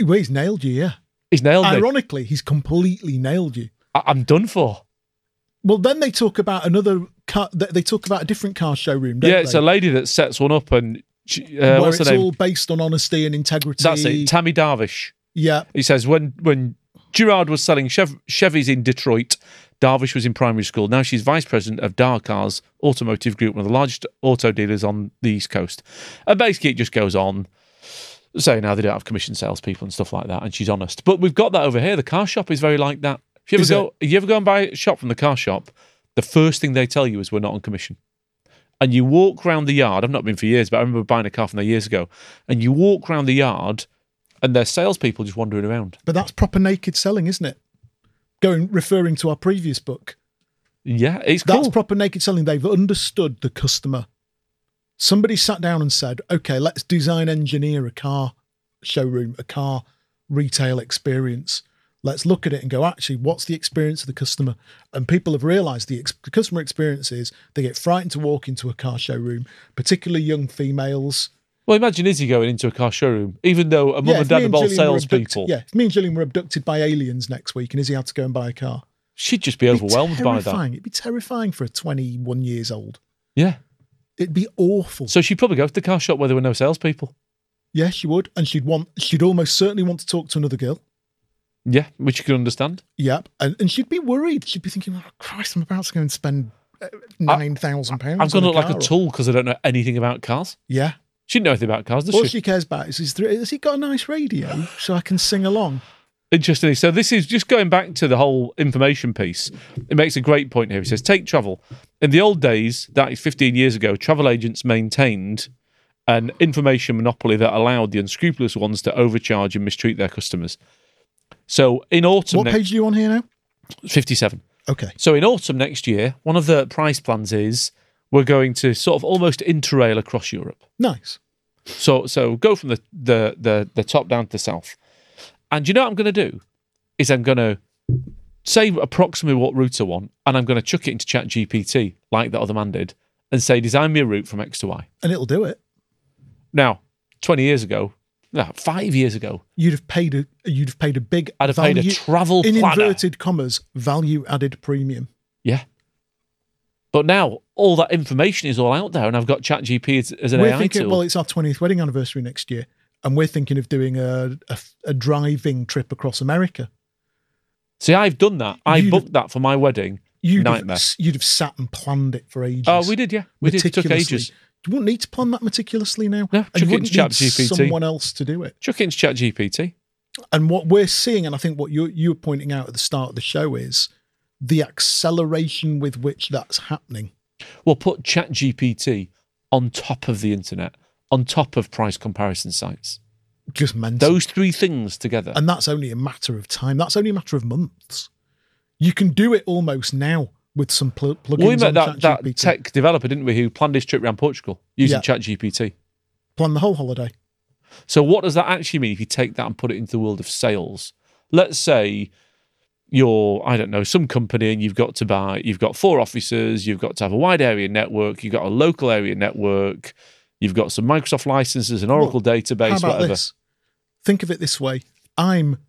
Speaker 2: Well, he's nailed you, yeah.
Speaker 1: He's nailed me.
Speaker 2: Ironically, he's completely nailed you.
Speaker 1: I, I'm done for.
Speaker 2: Well, then they talk about another car. th- They talk about a different car showroom. Don't
Speaker 1: yeah, it's
Speaker 2: they?
Speaker 1: a lady that sets one up, and she, uh,
Speaker 2: where
Speaker 1: what's her
Speaker 2: it's
Speaker 1: name?
Speaker 2: all based on honesty and integrity.
Speaker 1: That's it. Tammy Darvish.
Speaker 2: Yeah,
Speaker 1: He says when when Girard was selling Chev- Chevys in Detroit, Darvish was in primary school. Now she's vice president of Dar Cars Automotive Group, one of the largest auto dealers on the East Coast. And basically, it just goes on saying how they don't have commission salespeople and stuff like that, and she's honest. But we've got that over here. The car shop is very like that. If you ever
Speaker 2: Is
Speaker 1: go, you ever go and buy a shop from the car shop, the first thing they tell you is we're not on commission. And you walk round the yard. I've not been for years, but I remember buying a car from there years ago. And you walk round the yard, and there's salespeople just wandering around.
Speaker 2: but that's proper naked selling, isn't it? Going referring to our previous book,
Speaker 1: Yeah, it's
Speaker 2: that's
Speaker 1: cool.
Speaker 2: proper naked selling. They've understood the customer. Somebody sat down and said, "Okay, let's design engineer a car showroom, a car retail experience." Let's look at it and go, actually, what's the experience of the customer? And people have realized the, ex- the customer experience is they get frightened to walk into a car showroom, particularly young females.
Speaker 1: well, imagine Izzy going into a car showroom, even though a mum
Speaker 2: Yeah,
Speaker 1: and
Speaker 2: if me
Speaker 1: dad are both
Speaker 2: Gillian were abducted-
Speaker 1: salespeople.
Speaker 2: Yeah, if me and Gillian were abducted by aliens next week and Izzy had to go and buy a car.
Speaker 1: She'd just be
Speaker 2: it'd be
Speaker 1: overwhelmed by that.
Speaker 2: terrifying. It'd be terrifying for a 21 years old.
Speaker 1: Yeah.
Speaker 2: It'd be awful.
Speaker 1: So she'd probably go to the car shop where there were no salespeople.
Speaker 2: Yes, she would, and she'd want. She'd almost certainly want to talk to another girl.
Speaker 1: Yeah, which you can understand.
Speaker 2: Yep, and, and she'd be worried. She'd be thinking, "Oh Christ, I'm about to go and spend uh, nine thousand pounds."
Speaker 1: I'm going to look
Speaker 2: on
Speaker 1: like
Speaker 2: car,"
Speaker 1: a
Speaker 2: or-
Speaker 1: tool because I don't know anything about cars.
Speaker 2: Yeah,
Speaker 1: She didn't know anything about cars, does
Speaker 2: all
Speaker 1: she?
Speaker 2: she cares about is, is there, has he got a nice radio so I can sing along?
Speaker 1: Interestingly, so this is just going back to the whole information piece. It makes a great point here. He says, take travel. In the old days, that is 15 years ago, travel agents maintained an information monopoly that allowed the unscrupulous ones to overcharge and mistreat their customers. So in autumn,
Speaker 2: What
Speaker 1: ne-
Speaker 2: page are you on here now?
Speaker 1: 57.
Speaker 2: Okay,
Speaker 1: So in autumn next year, one of the price plans is we're going to sort of almost interrail across Europe.
Speaker 2: nice.
Speaker 1: So so go from the the the, the top down to the south. And you know what I'm going to do is I'm going to say approximately what route I want, and I'm going to chuck it into Chat GPT like that other man did, and say design me a route from X to Y.
Speaker 2: And it'll do it.
Speaker 1: Now, 20 years ago, no, five years ago,
Speaker 2: You'd have paid a. You'd have paid a big.
Speaker 1: I'd have paid a
Speaker 2: value-
Speaker 1: travel
Speaker 2: in
Speaker 1: planner.
Speaker 2: inverted commas value added premium.
Speaker 1: yeah. But now all that information is all out there, and I've got ChatGPT as, as an
Speaker 2: we're
Speaker 1: AI
Speaker 2: thinking,
Speaker 1: tool.
Speaker 2: well, it's our 20th wedding anniversary next year, and we're thinking of doing a, a, a driving trip across America.
Speaker 1: See, I've done that. I
Speaker 2: You'd-
Speaker 1: booked that for my wedding.
Speaker 2: You'd
Speaker 1: Nightmare.
Speaker 2: Have, you'd have sat and planned it for ages.
Speaker 1: Oh, we did, yeah. We did. It took
Speaker 2: meticulously.
Speaker 1: ages.
Speaker 2: You wouldn't need to plan that meticulously now.
Speaker 1: No,
Speaker 2: and
Speaker 1: chuck
Speaker 2: you
Speaker 1: it
Speaker 2: wouldn't
Speaker 1: into
Speaker 2: need
Speaker 1: ChatGPT.
Speaker 2: someone else to do it.
Speaker 1: Chuck it into Chat GPT.
Speaker 2: And what we're seeing, and I think what you you were pointing out at the start of the show is the acceleration with which that's happening.
Speaker 1: We'll put Chat GPT on top of the internet, on top of price comparison sites.
Speaker 2: Just mental.
Speaker 1: Those three things together.
Speaker 2: And that's only a matter of time. That's only a matter of months. You can do it almost now with some pl- plugins.
Speaker 1: we met
Speaker 2: on
Speaker 1: that, that
Speaker 2: ChatGPT.
Speaker 1: tech developer, didn't we, who planned his trip around Portugal using
Speaker 2: Yeah.
Speaker 1: Chat GPT.
Speaker 2: plan the whole holiday.
Speaker 1: So, what does that actually mean if you take that and put it into the world of sales? Let's say you're, I don't know, some company and you've got to buy, you've got four offices, you've got to have a wide area network, you've got a local area network, you've got some Microsoft licenses, an Oracle database,
Speaker 2: How about
Speaker 1: whatever.
Speaker 2: this? Think of it this way: I'm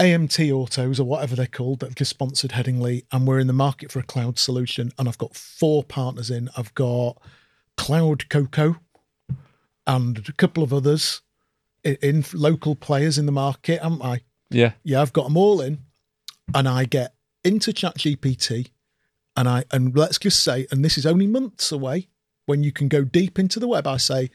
Speaker 2: AMT Autos or whatever they're called that have just sponsored Headingly, and we're in the market for a cloud solution. And I've got four partners in. I've got Cloud Coco and a couple of others in, in local players in the market, haven't I?
Speaker 1: Yeah.
Speaker 2: yeah, I've got them all in, and I get into ChatGPT, and I and let's just say, and this is only months away when you can go deep into the web. I say,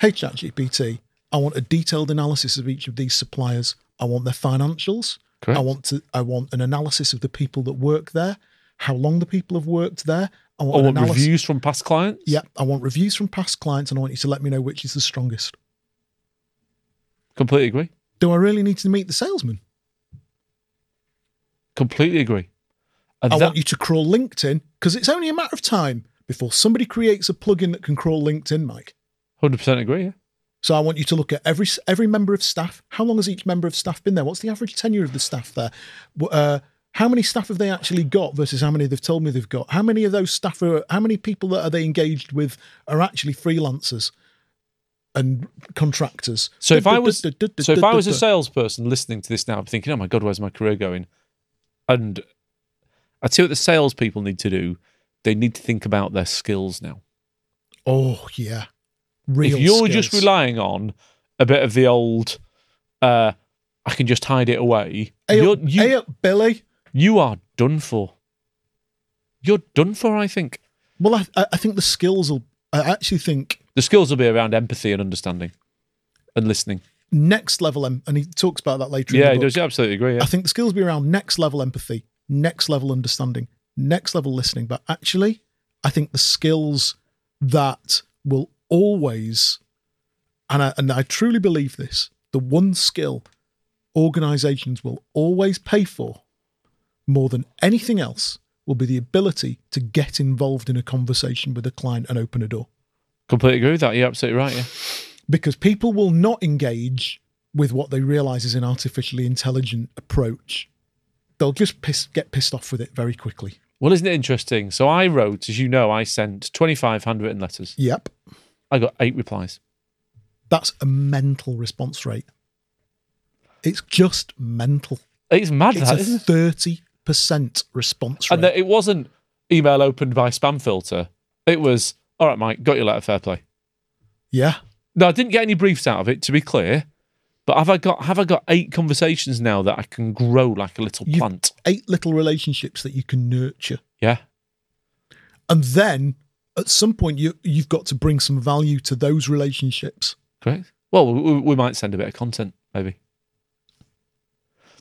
Speaker 2: hey ChatGPT, I want a detailed analysis of each of these suppliers. I want their financials.
Speaker 1: Correct.
Speaker 2: I want to. I want an analysis of the people that work there, how long the people have worked there. I want,
Speaker 1: Or
Speaker 2: an
Speaker 1: what
Speaker 2: analysis.
Speaker 1: reviews from past clients?
Speaker 2: Yeah, I want reviews from past clients, and I want you to let me know which is the strongest.
Speaker 1: Completely agree.
Speaker 2: Do I really need to meet the salesman?
Speaker 1: Completely agree. And
Speaker 2: I
Speaker 1: that,
Speaker 2: want you to crawl LinkedIn because it's only a matter of time before somebody creates a plugin that can crawl LinkedIn, Mike.
Speaker 1: 100% agree. Yeah.
Speaker 2: So I want you to look at every every member of staff. How long has each member of staff been there? What's the average tenure of the staff there? Wh- Uh, how many staff have they actually got versus how many they've told me they've got? How many of those staff are? How many people that are they engaged with are actually freelancers and contractors?
Speaker 1: So if I was-
Speaker 2: Du-du-du-du-du-du-du-du.
Speaker 1: So if I was a salesperson listening to this now, I'm thinking, oh my God, where's my career going? And I see what the salespeople need to do. They need to think about their skills now.
Speaker 2: Oh yeah, real.
Speaker 1: if you're
Speaker 2: skills.
Speaker 1: just relying on a bit of the old, uh, I can just hide it away,
Speaker 2: Hey
Speaker 1: you're,
Speaker 2: up-
Speaker 1: you,
Speaker 2: hey up, Billy.
Speaker 1: you are done for. You're done for, I think.
Speaker 2: Well, I- I, I think the skills will. I actually think
Speaker 1: The skills will be around empathy and understanding and listening.
Speaker 2: next level, em- and he talks about that later. in
Speaker 1: yeah,
Speaker 2: the
Speaker 1: he
Speaker 2: book.
Speaker 1: does. You absolutely agree. Yeah.
Speaker 2: I think the skills will be around next level empathy, next level understanding, next level listening. But actually, I think the skills that will always, and I, and I truly believe this, the one skill organizations will always pay for more than anything else will be the ability to get involved in a conversation with a client and open a door
Speaker 1: Completely agree with that. You're absolutely right. Yeah.
Speaker 2: because people will not engage with what they realize is an artificially intelligent approach. They'll just piss, get pissed off with it very quickly.
Speaker 1: Well, isn't it interesting? So I wrote, as you know, I sent 25 handwritten letters.
Speaker 2: Yep.
Speaker 1: I got eight replies.
Speaker 2: That's a mental response rate. It's just mental.
Speaker 1: It's mad,
Speaker 2: It's
Speaker 1: that,
Speaker 2: a
Speaker 1: isn't it?
Speaker 2: 30% response
Speaker 1: And
Speaker 2: rate.
Speaker 1: that it wasn't email opened by spam filter. It was, all right, Mike, got your letter, fair play.
Speaker 2: Yeah.
Speaker 1: No, I didn't get any briefs out of it, to be clear. But have I got have I got eight conversations now that I can grow like a little
Speaker 2: You-
Speaker 1: plant?
Speaker 2: Eight little relationships that you can nurture.
Speaker 1: Yeah.
Speaker 2: And then at some point, you, you've got to bring some value to those relationships.
Speaker 1: Correct. Well, we, we might send a bit of content, maybe.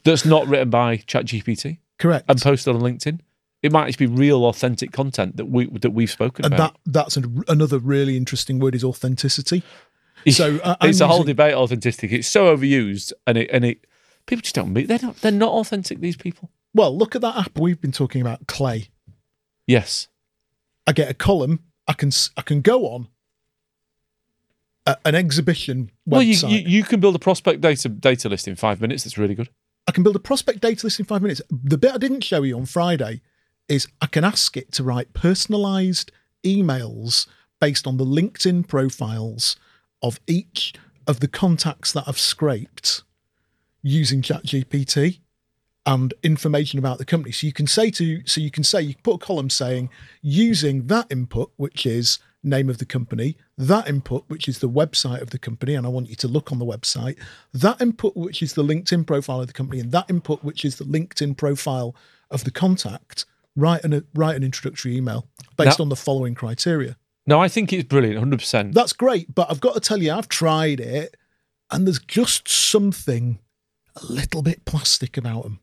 Speaker 1: That's not written by ChatGPT
Speaker 2: Correct.
Speaker 1: and posted on LinkedIn. It might actually be real, authentic content that we that we've spoken
Speaker 2: and
Speaker 1: about.
Speaker 2: that that's an, another really interesting word is authenticity. So I, I'm
Speaker 1: it's a whole
Speaker 2: using-
Speaker 1: debate. Authenticity. It's so overused, and it and it people just don't meet. They're not they're not authentic. These people.
Speaker 2: Well, look at that app we've been talking about, Clay.
Speaker 1: Yes.
Speaker 2: I get a column. I can s- I can go on a, an exhibition website.
Speaker 1: Well, you, you you can build a prospect data data list in five minutes. That's really good.
Speaker 2: I can build a prospect data list in five minutes. The bit I didn't show you on Friday is I can ask it to write personalized emails based on the LinkedIn profiles of each of the contacts that I've scraped using ChatGPT and information about the company. So you can say to so you can say you can put a column saying using that input, which is name of the company, that input, which is the website of the company, and I want you to look on the website, that input, which is the LinkedIn profile of the company, and that input, which is the LinkedIn profile of the contact, write an write an introductory email based
Speaker 1: Now-
Speaker 2: on the following criteria.
Speaker 1: No, I think it's brilliant. Hundred percent.
Speaker 2: That's great, but I've got to tell you, I've tried it, and there's just something a little bit plastic about them.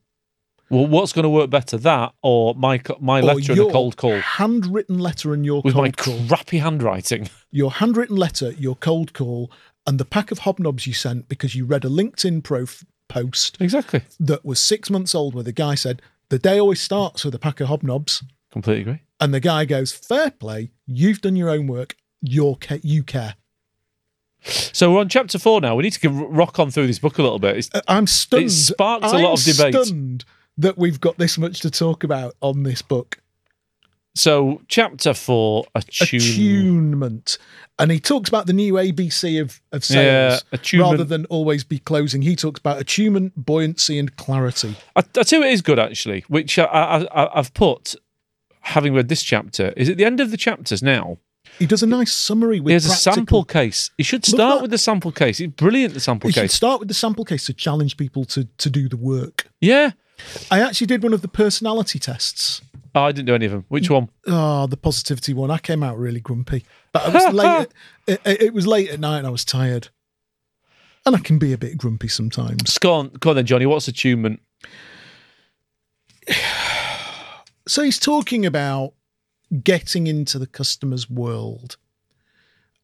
Speaker 1: Well, what's going to work better, that or my co- my
Speaker 2: Or
Speaker 1: letter and a
Speaker 2: your
Speaker 1: cold call
Speaker 2: Handwritten letter and your
Speaker 1: with my
Speaker 2: cold call.
Speaker 1: crappy handwriting?
Speaker 2: Your handwritten letter, your cold call, and the pack of hobnobs you sent because you read a LinkedIn prof- post
Speaker 1: Exactly.
Speaker 2: that was six months old where the guy said, The day always starts with a pack of hobnobs.
Speaker 1: Completely agree.
Speaker 2: And the guy goes, Fair play. You've done your own work. You're ca- you care.
Speaker 1: So we're on chapter four now. We need to get, rock on through this book a little bit. It's,
Speaker 2: Uh, I'm stunned.
Speaker 1: it sparked a
Speaker 2: I'm
Speaker 1: lot of debate.
Speaker 2: stunned that we've got this much to talk about on this book.
Speaker 1: So chapter four, attune.
Speaker 2: Attunement. And he talks about the new ABC of, of
Speaker 1: Yeah,
Speaker 2: sales.
Speaker 1: attunement.
Speaker 2: rather than always be closing. He talks about attunement, buoyancy, and clarity.
Speaker 1: I, I tell you, it is good actually. Which I, I, I, I've put, having read this chapter, is at the end of the chapters now.
Speaker 2: He does a nice summary with
Speaker 1: There's a
Speaker 2: practical-
Speaker 1: sample case. You should
Speaker 2: Look
Speaker 1: start
Speaker 2: that-
Speaker 1: with the sample case. It's brilliant. The sample
Speaker 2: You should
Speaker 1: case.
Speaker 2: start with the sample case to challenge people to to do the work.
Speaker 1: Yeah.
Speaker 2: I actually did one of the personality tests.
Speaker 1: Oh, I didn't do any of them. Which one?
Speaker 2: Oh, the positivity one. I came out really grumpy, but it was late. It, it- it was late at night, and I was tired. And I can be a bit grumpy sometimes.
Speaker 1: Go on, go on then, Johnny. What's attunement?
Speaker 2: So he's talking about getting into the customer's world.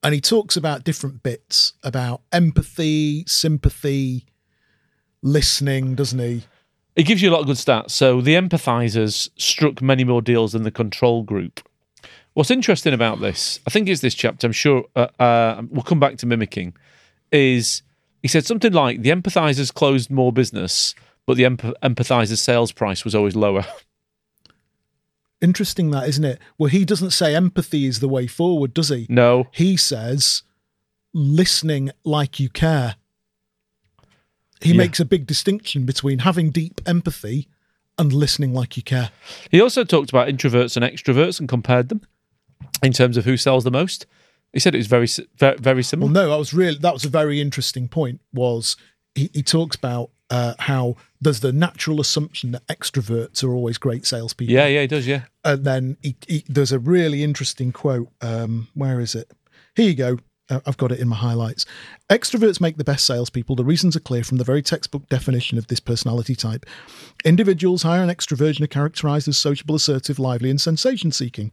Speaker 2: And he talks about different bits about empathy, sympathy, listening, doesn't he?
Speaker 1: It gives you a lot of good stats. So the empathizers struck many more deals than the control group. What's interesting about this, I think it's this chapter, I'm sure uh, uh, we'll come back to mimicking, is he said something like the empathizers closed more business, but the emp- empathizers' sales price was always lower.
Speaker 2: Interesting that, isn't it? Well, he doesn't say empathy is the way forward, does he?
Speaker 1: no.
Speaker 2: He says listening like you care. He
Speaker 1: Yeah.
Speaker 2: makes a big distinction between having deep empathy and listening like you care.
Speaker 1: He also talked about introverts and extroverts and compared them in terms of who sells the most. He said it was very si- ve- very
Speaker 2: Well,
Speaker 1: similar.
Speaker 2: no, I was really that was a very interesting point. Was he, he talks about uh, how there's the natural assumption that extroverts are always great salespeople.
Speaker 1: Yeah, yeah, he does. Yeah,
Speaker 2: and then he, he, there's a really interesting quote. Um, where is it? Here you go. Uh, I've got it in my highlights. Extroverts make the best salespeople. The reasons are clear from the very textbook definition of this personality type. Individuals higher in extroversion are characterized as sociable, assertive, lively, and sensation seeking.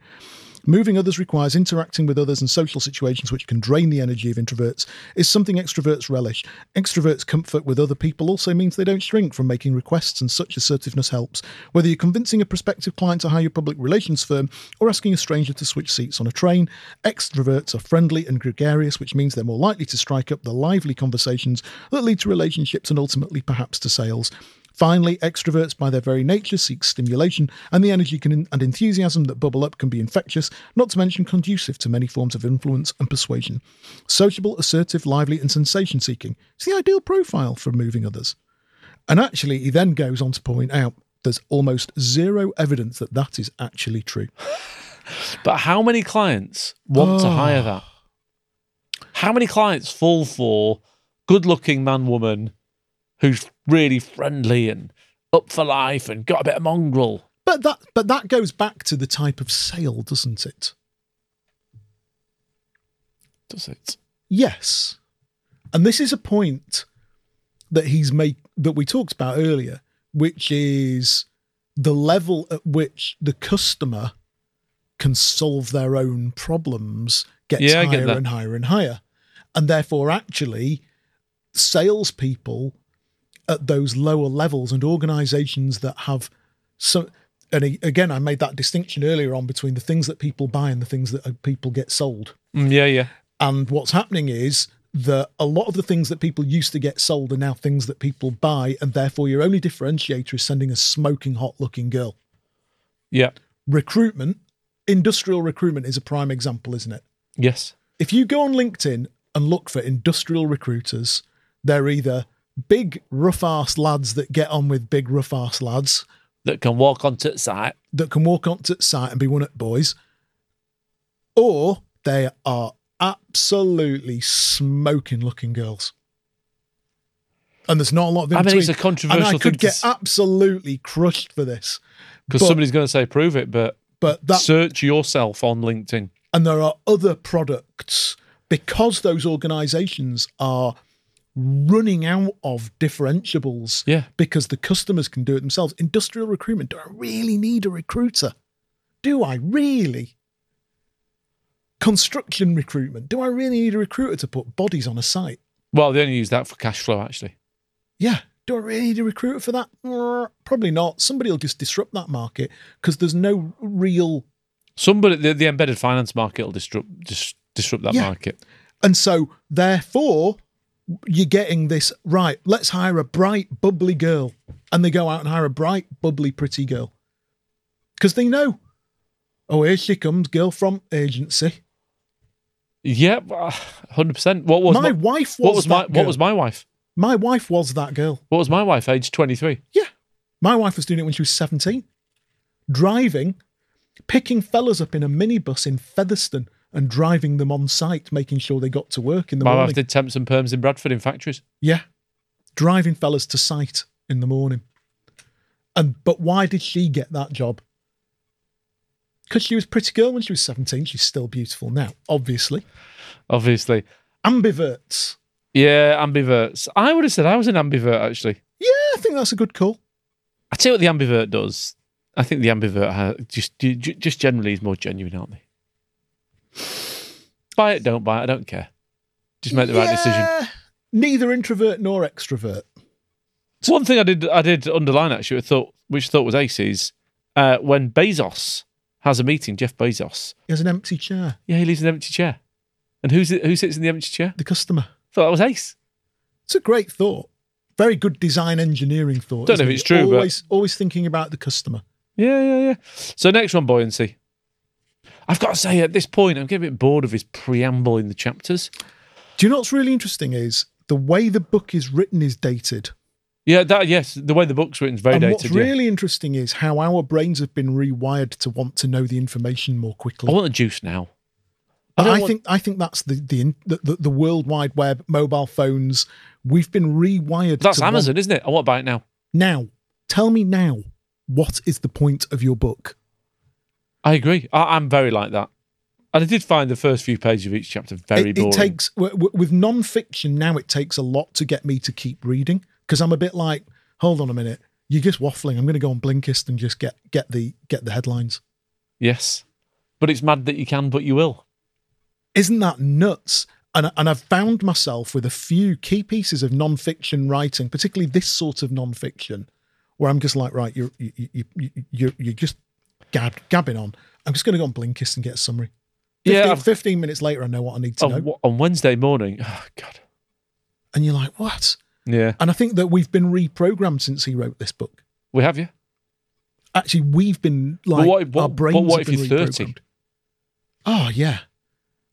Speaker 2: Moving others requires interacting with others in social situations, which can drain the energy of introverts, is something extroverts relish. Extroverts' comfort with other people also means they don't shrink from making requests, and such assertiveness helps. Whether you're convincing a prospective client to hire your public relations firm or asking a stranger to switch seats on a train, extroverts are friendly and gregarious, which means they're more likely to strike up the lively conversations that lead to relationships and ultimately perhaps to sales. Finally, extroverts, by their very nature, seek stimulation, and the energy can, and enthusiasm that bubble up can be infectious, not to mention conducive to many forms of influence and persuasion. Sociable, assertive, lively, and sensation seeking. It's the ideal profile for moving others. And actually, he then goes on to point out there's almost zero evidence that that is actually true.
Speaker 1: but how many clients want to
Speaker 2: Oh.
Speaker 1: hire that? How many clients fall for good-looking man woman who's really friendly and up for life and got a bit of mongrel?
Speaker 2: But that, but that goes back to the type of sale, doesn't it?
Speaker 1: Does it?
Speaker 2: Yes. And this is a point that he's made that we talked about earlier, which is the level at which the customer can solve their own problems gets
Speaker 1: Yeah, I get
Speaker 2: higher
Speaker 1: that.
Speaker 2: and higher and higher. And therefore, actually, salespeople at those lower levels and organizations that have so and a- again i made that distinction earlier on between the things that people buy and the things that uh, people get sold
Speaker 1: Mm, yeah, yeah.
Speaker 2: and what's happening is that a lot of the things that people used to get sold are now things that people buy, and therefore your only differentiator is sending a smoking hot looking girl.
Speaker 1: Yeah.
Speaker 2: Recruitment, industrial recruitment is a prime example, isn't it?
Speaker 1: Yes.
Speaker 2: If you go on LinkedIn and look for industrial recruiters, they're either big rough ass lads that get on with big rough ass lads
Speaker 1: That can walk onto the site.
Speaker 2: that can walk onto the site and be one at boys, or they are absolutely smoking looking girls. And there's not a lot of in
Speaker 1: I mean,
Speaker 2: between.
Speaker 1: it's a
Speaker 2: and
Speaker 1: controversial
Speaker 2: I
Speaker 1: thing
Speaker 2: could get
Speaker 1: because
Speaker 2: absolutely crushed for this, but-
Speaker 1: somebody's going to say prove it, but
Speaker 2: but that
Speaker 1: search yourself on LinkedIn.
Speaker 2: and there are other products because those organisations are running out of differentiables
Speaker 1: Yeah.
Speaker 2: because the customers can do it themselves. Industrial recruitment. Do I really need a recruiter? Do I really? Construction recruitment. Do I really need a recruiter to put bodies on a site?
Speaker 1: Well, they only use that for cash flow, actually.
Speaker 2: Yeah. Do I really need a recruiter for that? Mm, Probably not. Somebody will just disrupt that market because there's no real.
Speaker 1: Somebody, the, the embedded finance market will disrupt dis, disrupt that
Speaker 2: Yeah.
Speaker 1: market.
Speaker 2: And so, therefore, you're getting this right. Let's hire a bright, bubbly girl. And they go out and hire a bright, bubbly, pretty girl because they know, oh, here she comes, girl from agency.
Speaker 1: Yeah, uh, hundred percent. What was my,
Speaker 2: my wife was
Speaker 1: what was
Speaker 2: that
Speaker 1: my
Speaker 2: girl.
Speaker 1: what was my wife?
Speaker 2: my wife was that girl.
Speaker 1: What was my wife? Age twenty three.
Speaker 2: Yeah, my wife was doing it when she was seventeen, driving, picking fellas up in a minibus in Featherstone and driving them on site, making sure they got to work in the
Speaker 1: My
Speaker 2: morning.
Speaker 1: wife did temps and perms in Bradford in factories.
Speaker 2: Yeah. Driving fellas to site in the morning. And but why did she get that job? Because she was a pretty girl when she was 17. She's still beautiful now, obviously.
Speaker 1: Obviously,
Speaker 2: Ambiverts.
Speaker 1: yeah, ambiverts. I would have said I was an ambivert actually.
Speaker 2: Yeah, I think that's a good call.
Speaker 1: I tell you what, the ambivert does. I think the ambivert ha just ju- ju- just generally is more genuine, aren't they? Buy it, don't buy it. I don't care. Just make the right decision.
Speaker 2: Yeah. Neither introvert nor extrovert.
Speaker 1: So one thing I did I did underline actually, I thought which I thought was ace is uh, when Bezos has a meeting, Jeff Bezos.
Speaker 2: He has an empty chair.
Speaker 1: Yeah, he leaves an empty chair, and who's who sits in the empty chair?
Speaker 2: The customer.
Speaker 1: Thought that was ace.
Speaker 2: It's a great thought. Very good design engineering thought.
Speaker 1: Don't know
Speaker 2: isn't
Speaker 1: if
Speaker 2: it?
Speaker 1: it's true, but-
Speaker 2: Always, always thinking about the customer.
Speaker 1: Yeah, yeah, yeah. So next one, buoyancy. I've got to say, at this point, I'm getting a bit bored of his preamble in the chapters.
Speaker 2: Do you know what's really interesting is the way the book is written is dated.
Speaker 1: Yeah, that yes, the way the book's written is very
Speaker 2: and what's
Speaker 1: dated. yeah.
Speaker 2: really interesting is how our brains have been rewired to want to know the information more
Speaker 1: I
Speaker 2: quickly.
Speaker 1: want the juice now.
Speaker 2: I,
Speaker 1: don't
Speaker 2: I
Speaker 1: want-
Speaker 2: think I think that's the the, in- the the the World Wide Web, mobile phones. We've been rewired.
Speaker 1: That's
Speaker 2: to want-
Speaker 1: Amazon, isn't it? I want to buy it now.
Speaker 2: now, tell me now, what is the point of your book?
Speaker 1: I agree. I, I'm very like that. And I did find the first few pages of each chapter very
Speaker 2: it,
Speaker 1: boring.
Speaker 2: it takes w- w- with non-fiction now. It takes a lot to get me to keep reading because I'm a bit like, hold on a minute, you're just waffling. I'm going to go on Blinkist and just get get the get the headlines.
Speaker 1: Yes. But it's mad that you can, but you will.
Speaker 2: isn't that nuts? And, and I've found myself with a few key pieces of non-fiction writing, particularly this sort of non-fiction, where I'm just like, right, you're you, you, you, you're, you're just gab, gabbing on. I'm just going to go on Blinkist and get a summary. 15,
Speaker 1: Yeah, I've- Oh,
Speaker 2: 15 minutes later, I know what I need to
Speaker 1: On,
Speaker 2: know.
Speaker 1: w- on Wednesday morning. Oh, God.
Speaker 2: And you're like, what?
Speaker 1: Yeah.
Speaker 2: And I think that we've been reprogrammed since he wrote this book.
Speaker 1: We have you.
Speaker 2: Actually, we've been like,
Speaker 1: what- what-
Speaker 2: our
Speaker 1: but
Speaker 2: brains
Speaker 1: what
Speaker 2: have
Speaker 1: if
Speaker 2: been
Speaker 1: you're 30?
Speaker 2: reprogrammed. Oh, yeah.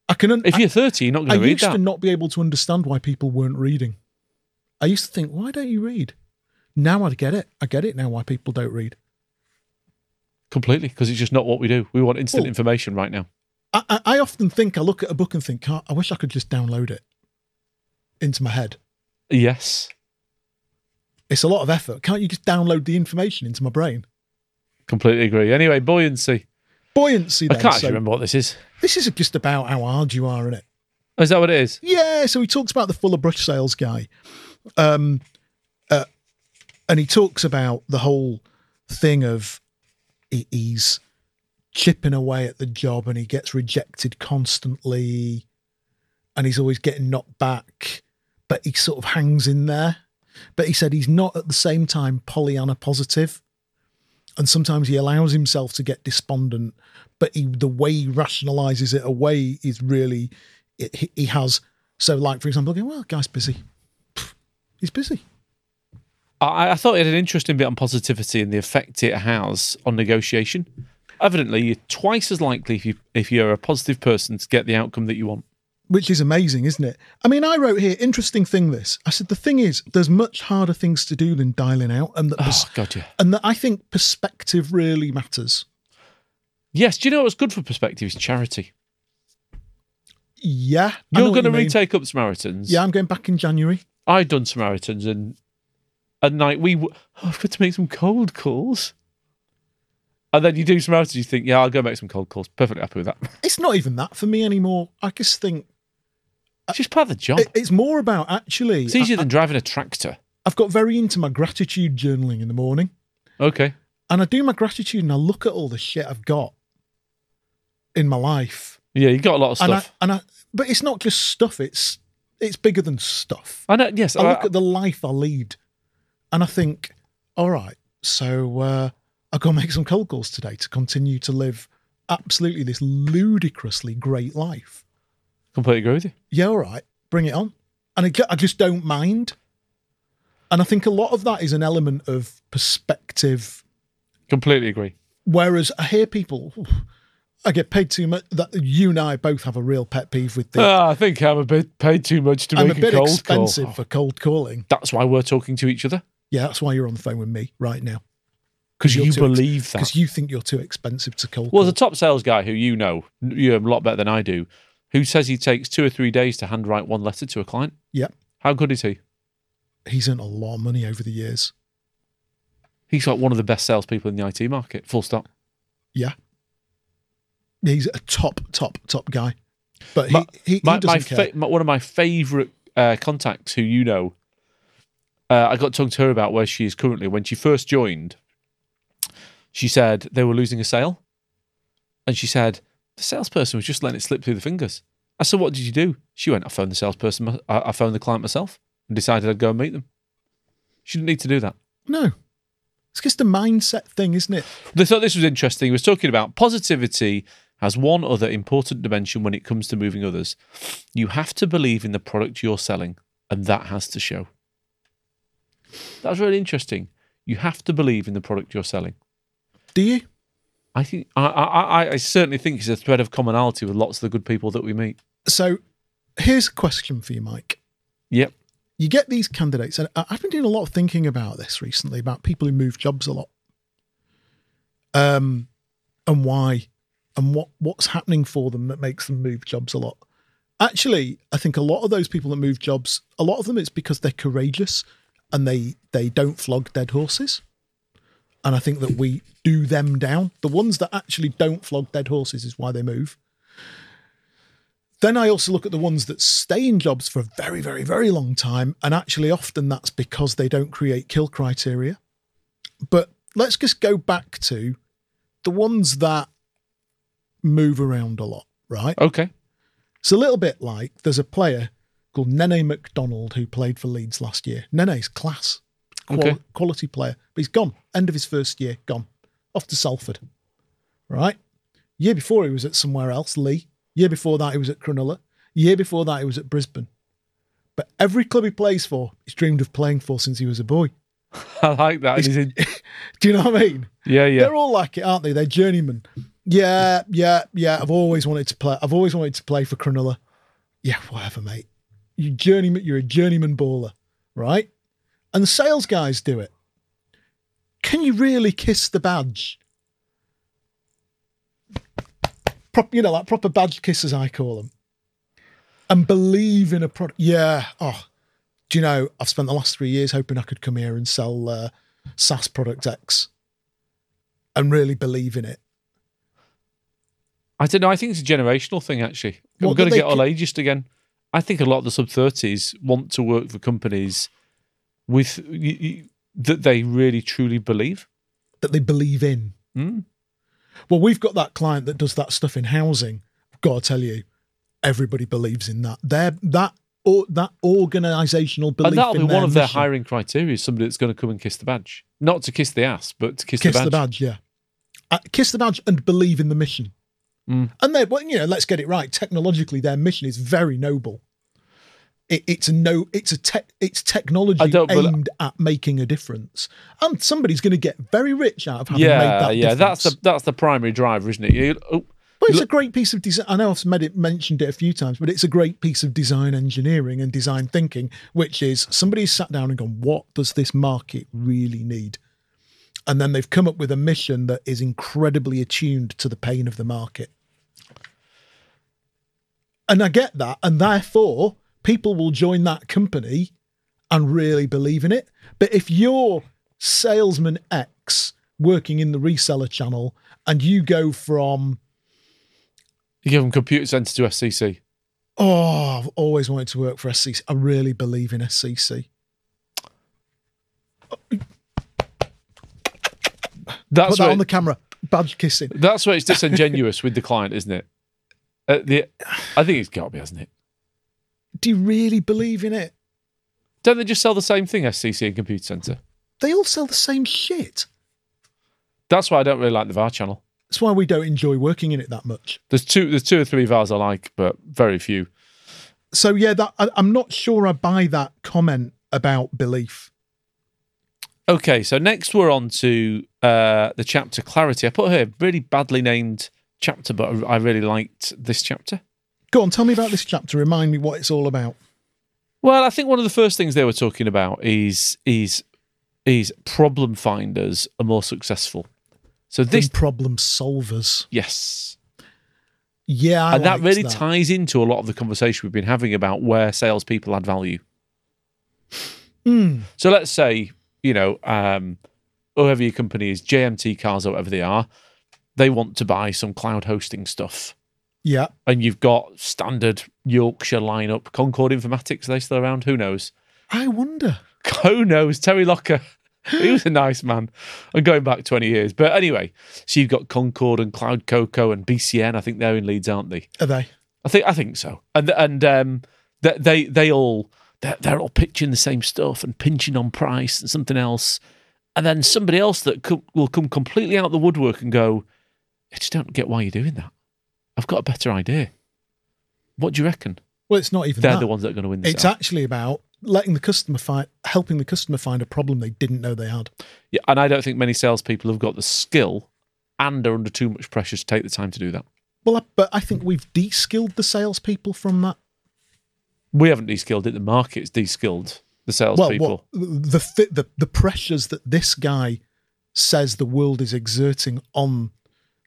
Speaker 2: I can. Un-
Speaker 1: If
Speaker 2: I-
Speaker 1: you're 30, you're not
Speaker 2: I
Speaker 1: going to read
Speaker 2: used
Speaker 1: that.
Speaker 2: to not be able to understand why people weren't reading. I used to think, why don't you read? Now I get it. I get it now why people don't read.
Speaker 1: Completely, because it's just not what we do. We want instant
Speaker 2: Well-
Speaker 1: information right now.
Speaker 2: I, I, I often think, I look at a book and think, "God, I wish I could just download it into my head.
Speaker 1: Yes.
Speaker 2: It's a lot of effort. Can't you just download the information into my brain?
Speaker 1: Completely agree. Anyway, buoyancy.
Speaker 2: Buoyancy.
Speaker 1: I
Speaker 2: Then,
Speaker 1: can't
Speaker 2: so
Speaker 1: actually remember what this is. Oh,
Speaker 2: This is just about how hard you are in it.
Speaker 1: Is that what it is?
Speaker 2: Yeah, so he talks about the Fuller Brush sales guy. Um, uh, and he talks about the whole thing of he- he's chipping away at the job and he gets rejected constantly and he's always getting knocked back, but he sort of hangs in there. But he said he's not at the same time Pollyanna positive. And sometimes he allows himself to get despondent, but he, the way he rationalizes it away is really, it, he- he has. So, like, for example, going, well, guy's busy. Pff, He's busy.
Speaker 1: I, I thought it had an interesting bit on positivity and the effect it has on negotiation. Evidently, you're twice as likely if, you, if you're a positive person to get the outcome that you want.
Speaker 2: which is amazing, isn't it? I mean, I wrote here, interesting thing this. I said, the thing is, there's much harder things to do than dialing out. And that,
Speaker 1: Oh,
Speaker 2: pers-
Speaker 1: God, yeah.
Speaker 2: and that I think perspective really matters.
Speaker 1: Yes, do you know what's good for perspective is charity.
Speaker 2: Yeah. I know
Speaker 1: You're
Speaker 2: what
Speaker 1: going to
Speaker 2: you mean.
Speaker 1: retake up Samaritans.
Speaker 2: Yeah, I'm going back in January.
Speaker 1: I've done Samaritans, and at night we, w- oh, I've got to make some cold calls. And then you do Samaritans, you think, yeah, I'll go make some cold calls. Perfectly happy with that.
Speaker 2: It's not even that for me anymore. I just think
Speaker 1: It's just part of the job.
Speaker 2: Uh, it, it's more about actually.
Speaker 1: it's easier
Speaker 2: I,
Speaker 1: than driving a tractor.
Speaker 2: I've got very into my gratitude journaling in the morning.
Speaker 1: Okay.
Speaker 2: And I do my gratitude and I look at all the shit I've got in my life.
Speaker 1: Yeah, you got a lot of
Speaker 2: And I,
Speaker 1: stuff.
Speaker 2: and I, but it's not just stuff. It's it's bigger than stuff.
Speaker 1: I, know, yes,
Speaker 2: I
Speaker 1: I-
Speaker 2: look at the life I lead, and I think, all right, so uh, I've got to make some cold calls today to continue to live absolutely this ludicrously great life.
Speaker 1: completely agree with you.
Speaker 2: Yeah, all right, bring it on. And I, ju- I just don't mind. And I think a lot of that is an element of perspective.
Speaker 1: Completely agree.
Speaker 2: Whereas I hear people, "Oof, I get paid too much. That you and I both have a real pet peeve with the.
Speaker 1: Ah, I think I'm a bit paid too much to
Speaker 2: I'm a
Speaker 1: make a,
Speaker 2: bit
Speaker 1: cold
Speaker 2: expensive
Speaker 1: call.
Speaker 2: for cold calling.
Speaker 1: That's why we're talking to each other
Speaker 2: Yeah, that's why you're on the phone with me right now.
Speaker 1: because
Speaker 2: You're
Speaker 1: you
Speaker 2: too ex-
Speaker 1: believe that.
Speaker 2: because you think you're too expensive to cold
Speaker 1: Well,
Speaker 2: call.
Speaker 1: there's a top sales guy who you know, you're a lot better than I do, who says he takes two or three days to handwrite one letter to a client.
Speaker 2: Yep.
Speaker 1: How good is he?
Speaker 2: He's earned a lot of money over the years.
Speaker 1: He's like one of the best salespeople in the IT market. Full stop.
Speaker 2: He's a top, top, top guy. But he,
Speaker 1: My-
Speaker 2: he, he
Speaker 1: My,
Speaker 2: doesn't
Speaker 1: my,
Speaker 2: care.
Speaker 1: fa- my one of my favourite uh, contacts, who you know, uh, I got talking to her about where she is currently. When she first joined, she said they were losing a sale, and she said the salesperson was just letting it slip through the fingers. I said, "What did you do?" She went, "I phoned the salesperson. my- I, I phoned the client myself, and decided I'd go and meet them." She didn't need to do that.
Speaker 2: no. It's just a mindset thing, isn't it?
Speaker 1: They thought this was interesting. He was talking about positivity has one other important dimension when it comes to moving others. You have to believe in the product you're selling, and that has to show. That was really interesting. You have to believe in the product you're selling.
Speaker 2: Do you?
Speaker 1: I think I, I, I- I certainly think it's a thread of commonality with lots of the good people that we meet.
Speaker 2: So here's a question for you, Mike.
Speaker 1: Yep.
Speaker 2: you get these candidates, and I- I've been doing a lot of thinking about this recently about people who move jobs a lot, um, and why, and what what's happening for them that makes them move jobs a lot. Actually, I think a lot of those people that move jobs, a lot of them it's because they're courageous and they they don't flog dead horses. And I think that we do them down. The ones that actually don't flog dead horses is why they move. Then I also look at the ones that stay in jobs for a very, very, very long time. And actually, often that's because they don't create kill criteria. But let's just go back to the ones that move around a lot, right?
Speaker 1: Okay.
Speaker 2: It's a little bit like there's a player called Nene McDonald who played for Leeds last year. Nene's class, qual-
Speaker 1: Okay.
Speaker 2: quality player, but he's gone. End of his first year, gone. Off to Salford, right? Year before he was at somewhere else, Lee. Year before that he was at Cronulla. Year before that he was at Brisbane. But every club he plays for, he's dreamed of playing for since he was a boy.
Speaker 1: I like that. He's in-
Speaker 2: Do you know what I mean?
Speaker 1: yeah, yeah.
Speaker 2: They're all like it, aren't they? They're journeymen. Yeah, yeah, yeah. I've always wanted to play. I've always wanted to play for Cronulla. Yeah, whatever, mate. You journeyman. You're a journeyman baller, right? And the sales guys do it. Can you really kiss the badge? Prop, you know, like proper badge kissers, I call them. And believe in a product. Yeah. Oh, do you know? I've spent the last three years hoping I could come here and sell uh, SaaS product X and really believe in it.
Speaker 1: I don't know. I think it's a generational thing, actually.
Speaker 2: What,
Speaker 1: We've got to
Speaker 2: that they
Speaker 1: get all
Speaker 2: could-
Speaker 1: ageist again. I think a lot of the sub 30s want to work for companies with y- y- that they really truly believe.
Speaker 2: that they believe in.
Speaker 1: Mm.
Speaker 2: Well, we've got that client that does that stuff in housing. I've got to tell you, everybody believes in that. They're that or that organisational belief.
Speaker 1: And that'll
Speaker 2: in
Speaker 1: be one
Speaker 2: their
Speaker 1: of their
Speaker 2: mission.
Speaker 1: hiring criteria is somebody that's going to come and kiss the badge. Not to kiss the ass, but to kiss,
Speaker 2: Kiss
Speaker 1: the badge.
Speaker 2: yeah. Uh, kiss the badge and believe in the mission.
Speaker 1: Mm.
Speaker 2: And they, well, you know, let's get it right. Technologically, their mission is very noble. It, it's a no, it's a tech, it's technology
Speaker 1: I don't bel-
Speaker 2: aimed at making a difference, and somebody's going to get very rich out of having
Speaker 1: Yeah,
Speaker 2: made that
Speaker 1: yeah. That's
Speaker 2: difference.
Speaker 1: the that's the primary driver, isn't it? You- oh,
Speaker 2: But it's
Speaker 1: Look-
Speaker 2: a great piece of design. I know I've made it, mentioned it a few times, but it's a great piece of design engineering and design thinking, which is somebody's sat down and gone, what does this market really need? And then they've come up with a mission that is incredibly attuned to the pain of the market. And I get that. And therefore, people will join that company and really believe in it. But if you're salesman X working in the reseller channel and you go from
Speaker 1: you give them computer centre to FCC.
Speaker 2: Oh, I've always wanted to work for SCC. I really believe in SCC. Put
Speaker 1: That's
Speaker 2: that
Speaker 1: where
Speaker 2: on the
Speaker 1: it-
Speaker 2: camera. Badge kissing.
Speaker 1: that's where it's disingenuous with the client, isn't it? Uh, the, I think it's got to be, hasn't it?
Speaker 2: Do you really believe in it?
Speaker 1: Don't they just sell the same thing, SCC and computer centre?
Speaker 2: They all sell the same shit.
Speaker 1: That's why I don't really like the VAR channel.
Speaker 2: That's why we don't enjoy working in it that much.
Speaker 1: There's two, there's two or three VARs I like, but very few.
Speaker 2: So yeah, that I, I'm not sure I buy that comment about belief.
Speaker 1: Okay, so next we're on to uh, the chapter clarity. I put here really badly named chapter, but I really liked this chapter.
Speaker 2: Go on, tell me about this chapter. Remind me what it's all about.
Speaker 1: Well, I think one of the first things they were talking about is is is problem finders are more successful. So this,
Speaker 2: These problem solvers.
Speaker 1: yes,
Speaker 2: Yeah, I
Speaker 1: and that
Speaker 2: liked
Speaker 1: really ties into a lot of the conversation we've been having about where salespeople add value.
Speaker 2: Mm,
Speaker 1: So let's say, you know, um, whoever your company is, JMT cars or whatever they are, they want to buy some cloud hosting stuff.
Speaker 2: yeah,
Speaker 1: And you've got standard Yorkshire lineup, Concord Informatics, are they still around? Who knows?
Speaker 2: I wonder.
Speaker 1: Who knows? Terry Locker. He was a nice man. I'm going back 20 years. But anyway, so you've got Concord and Cloud Coco and BCN. I think they're in Leeds, aren't they?
Speaker 2: Are they?
Speaker 1: I think I think so. And and um, they they, they all they're, they're all pitching the same stuff and pinching on price and something else, and then somebody else that co- will come completely out the woodwork and go, I just don't get why you're doing that. I've got a better idea. What do you reckon?
Speaker 2: Well, it's not even
Speaker 1: They're
Speaker 2: that.
Speaker 1: the ones that are going to win this.
Speaker 2: It's
Speaker 1: out.
Speaker 2: actually about letting the customer find, helping the customer find a problem they didn't know they had.
Speaker 1: yeah, and I don't think many salespeople have got the skill and are under too much pressure to take the time to do that.
Speaker 2: Well, I- but I think we've de-skilled the salespeople from that.
Speaker 1: We haven't de-skilled it. The market's de-skilled the salespeople.
Speaker 2: Well, what, the, thi- the the pressures that this guy says the world is exerting on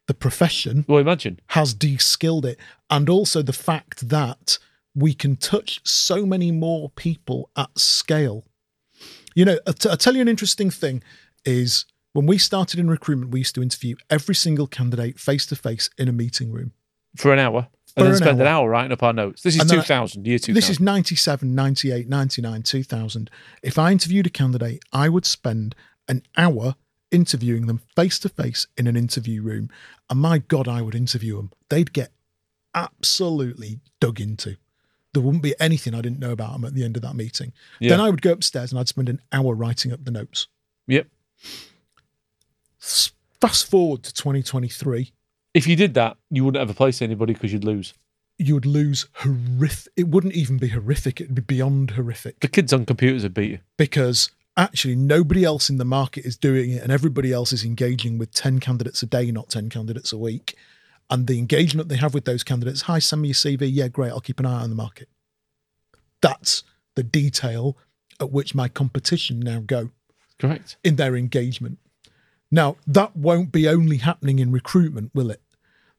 Speaker 2: the profession
Speaker 1: well, imagine.
Speaker 2: has de-skilled it, and also the fact that we can touch so many more people at scale. You know, I t- I tell you an interesting thing is when we started in recruitment, we used to interview every single candidate face to face in a meeting room.
Speaker 1: for an hour
Speaker 2: For
Speaker 1: and then
Speaker 2: an
Speaker 1: spend an hour writing up our notes. This is
Speaker 2: And then I-
Speaker 1: 2000, year 2000.
Speaker 2: This is 97, 98, 99, 2000. If I interviewed a candidate, I would spend an hour interviewing them face to face in an interview room. And my God, I would interview them. They'd get absolutely dug into. There wouldn't be anything I didn't know about them at the end of that meeting.
Speaker 1: Yeah.
Speaker 2: Then I would go upstairs and I'd spend an hour writing up the notes.
Speaker 1: Yep.
Speaker 2: S- Fast forward to 2023,
Speaker 1: If you did that, you wouldn't ever place anybody because you'd lose.
Speaker 2: you would lose horrific. It wouldn't even be horrific, it'd be beyond horrific.
Speaker 1: The kids on computers would beat you.
Speaker 2: because actually nobody else in the market is doing it and everybody else is engaging with 10 candidates a day, not 10 candidates a week. And the engagement they have with those candidates, hi, send me your CV. Yeah, great. I'll keep an eye on the market. That's the detail at which my competition now go
Speaker 1: Correct.
Speaker 2: in their engagement. Now, that won't be only happening in recruitment, will it?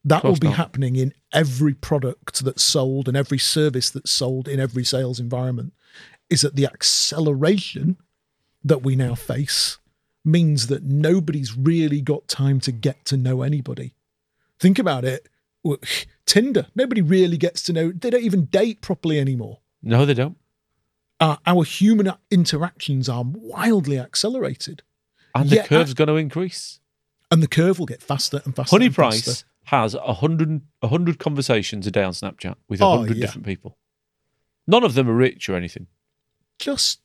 Speaker 2: That will
Speaker 1: course
Speaker 2: be
Speaker 1: not.
Speaker 2: happening in every product that's sold and every service that's sold in every sales environment. Is that the acceleration that we now face means that nobody's really got time to get to know anybody. Think about it. Well, Tinder, nobody really gets to know, they don't even date properly anymore.
Speaker 1: No, they don't.
Speaker 2: Uh, our human interactions are wildly accelerated.
Speaker 1: And
Speaker 2: Yeah,
Speaker 1: the curve's going to increase.
Speaker 2: and the curve will get faster and faster.
Speaker 1: Honey
Speaker 2: and
Speaker 1: Price
Speaker 2: faster.
Speaker 1: has 100, 100 conversations a day on Snapchat with
Speaker 2: Oh,
Speaker 1: 100
Speaker 2: yeah.
Speaker 1: different people. None of them are rich or anything.
Speaker 2: just,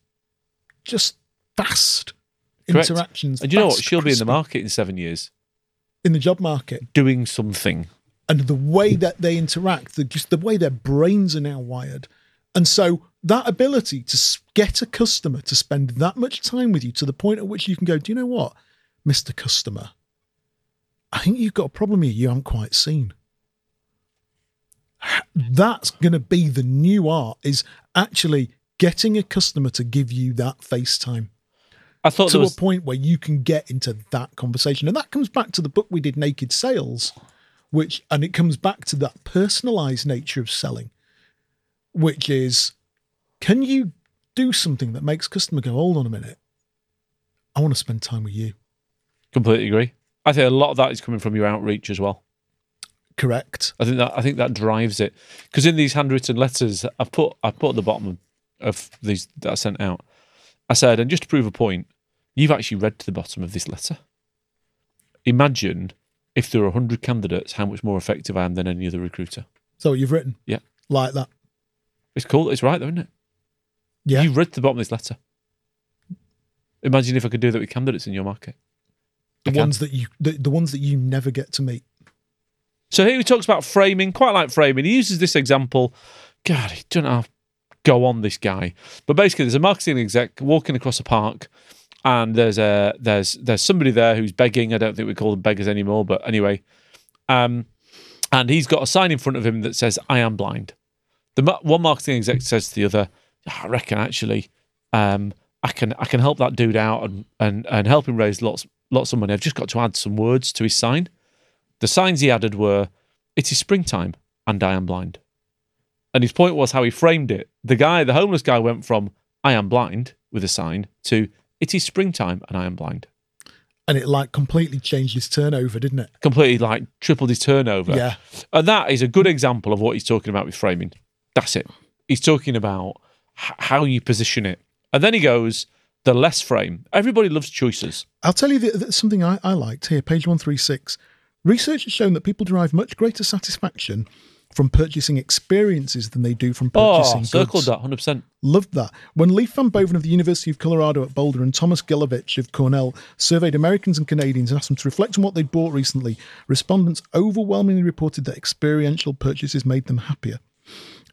Speaker 2: just fast
Speaker 1: Correct.
Speaker 2: interactions.
Speaker 1: And you know what?
Speaker 2: fast
Speaker 1: She'll be in the
Speaker 2: crisp
Speaker 1: market in seven years
Speaker 2: in the job market,
Speaker 1: doing something.
Speaker 2: and the way that they interact, the, just the way their brains are now wired, and so that ability to s- get a customer to spend that much time with you to the point at which you can go, do you know what, Mister Customer, I think you've got a problem here. You haven't quite seen. That's going to be the new art. Is actually getting a customer to give you that FaceTime.
Speaker 1: I thought
Speaker 2: to
Speaker 1: there was
Speaker 2: a point where you can get into that conversation. And that comes back to the book we did, Naked Sales, which, and it comes back to that personalized nature of selling, which is can you do something that makes customer go, hold on a minute, I want to spend time with you?
Speaker 1: completely agree. I think a lot of that is coming from your outreach as well.
Speaker 2: Correct.
Speaker 1: I think that I think that drives it because in these handwritten letters I put I put at the bottom of these that I sent out. I said, and just to prove a point, you've actually read to the bottom of this letter. Imagine if there are hundred candidates, how much more effective I am than any other recruiter.
Speaker 2: So what you've written.
Speaker 1: Yeah.
Speaker 2: Like that.
Speaker 1: It's cool. It's right, though, isn't it?
Speaker 2: Yeah.
Speaker 1: You've read to the bottom of this letter. Imagine if I could do that with candidates in your market.
Speaker 2: The
Speaker 1: I can.
Speaker 2: ones that you the, the ones that you never get to meet.
Speaker 1: So here he talks about framing, quite like framing. He uses this example. God, he doesn't have go on this guy. But basically, there's a marketing exec walking across a park, and there's a there's there's somebody there who's begging. I don't think we call them beggars anymore, but anyway, um, and he's got a sign in front of him that says "I am blind." The ma- one marketing exec says to the other, "Ah, "I reckon actually, um, I can I can help that dude out and and and help him raise lots lots of money. I've just got to add some words to his sign." The signs he added were, It is springtime and I am blind. And his point was how he framed it. The guy, the homeless guy, went from, I am blind with a sign to, It is springtime and I am blind.
Speaker 2: And it like completely changed his turnover, didn't it?
Speaker 1: Completely like tripled his turnover.
Speaker 2: Yeah.
Speaker 1: And that is a good example of what he's talking about with framing. That's it. He's talking about h- how you position it. And then he goes, The less frame. Everybody loves choices.
Speaker 2: I'll tell you the, the, something I, I liked here, page 136. Research has shown that people derive much greater satisfaction from purchasing experiences than they do from purchasing
Speaker 1: Oh,
Speaker 2: goods.
Speaker 1: circled that 100%.
Speaker 2: Loved that. When Leif Van Boven of the University of Colorado at Boulder and Thomas Gilovich of Cornell surveyed Americans and Canadians and asked them to reflect on what they'd bought recently, respondents overwhelmingly reported that experiential purchases made them happier.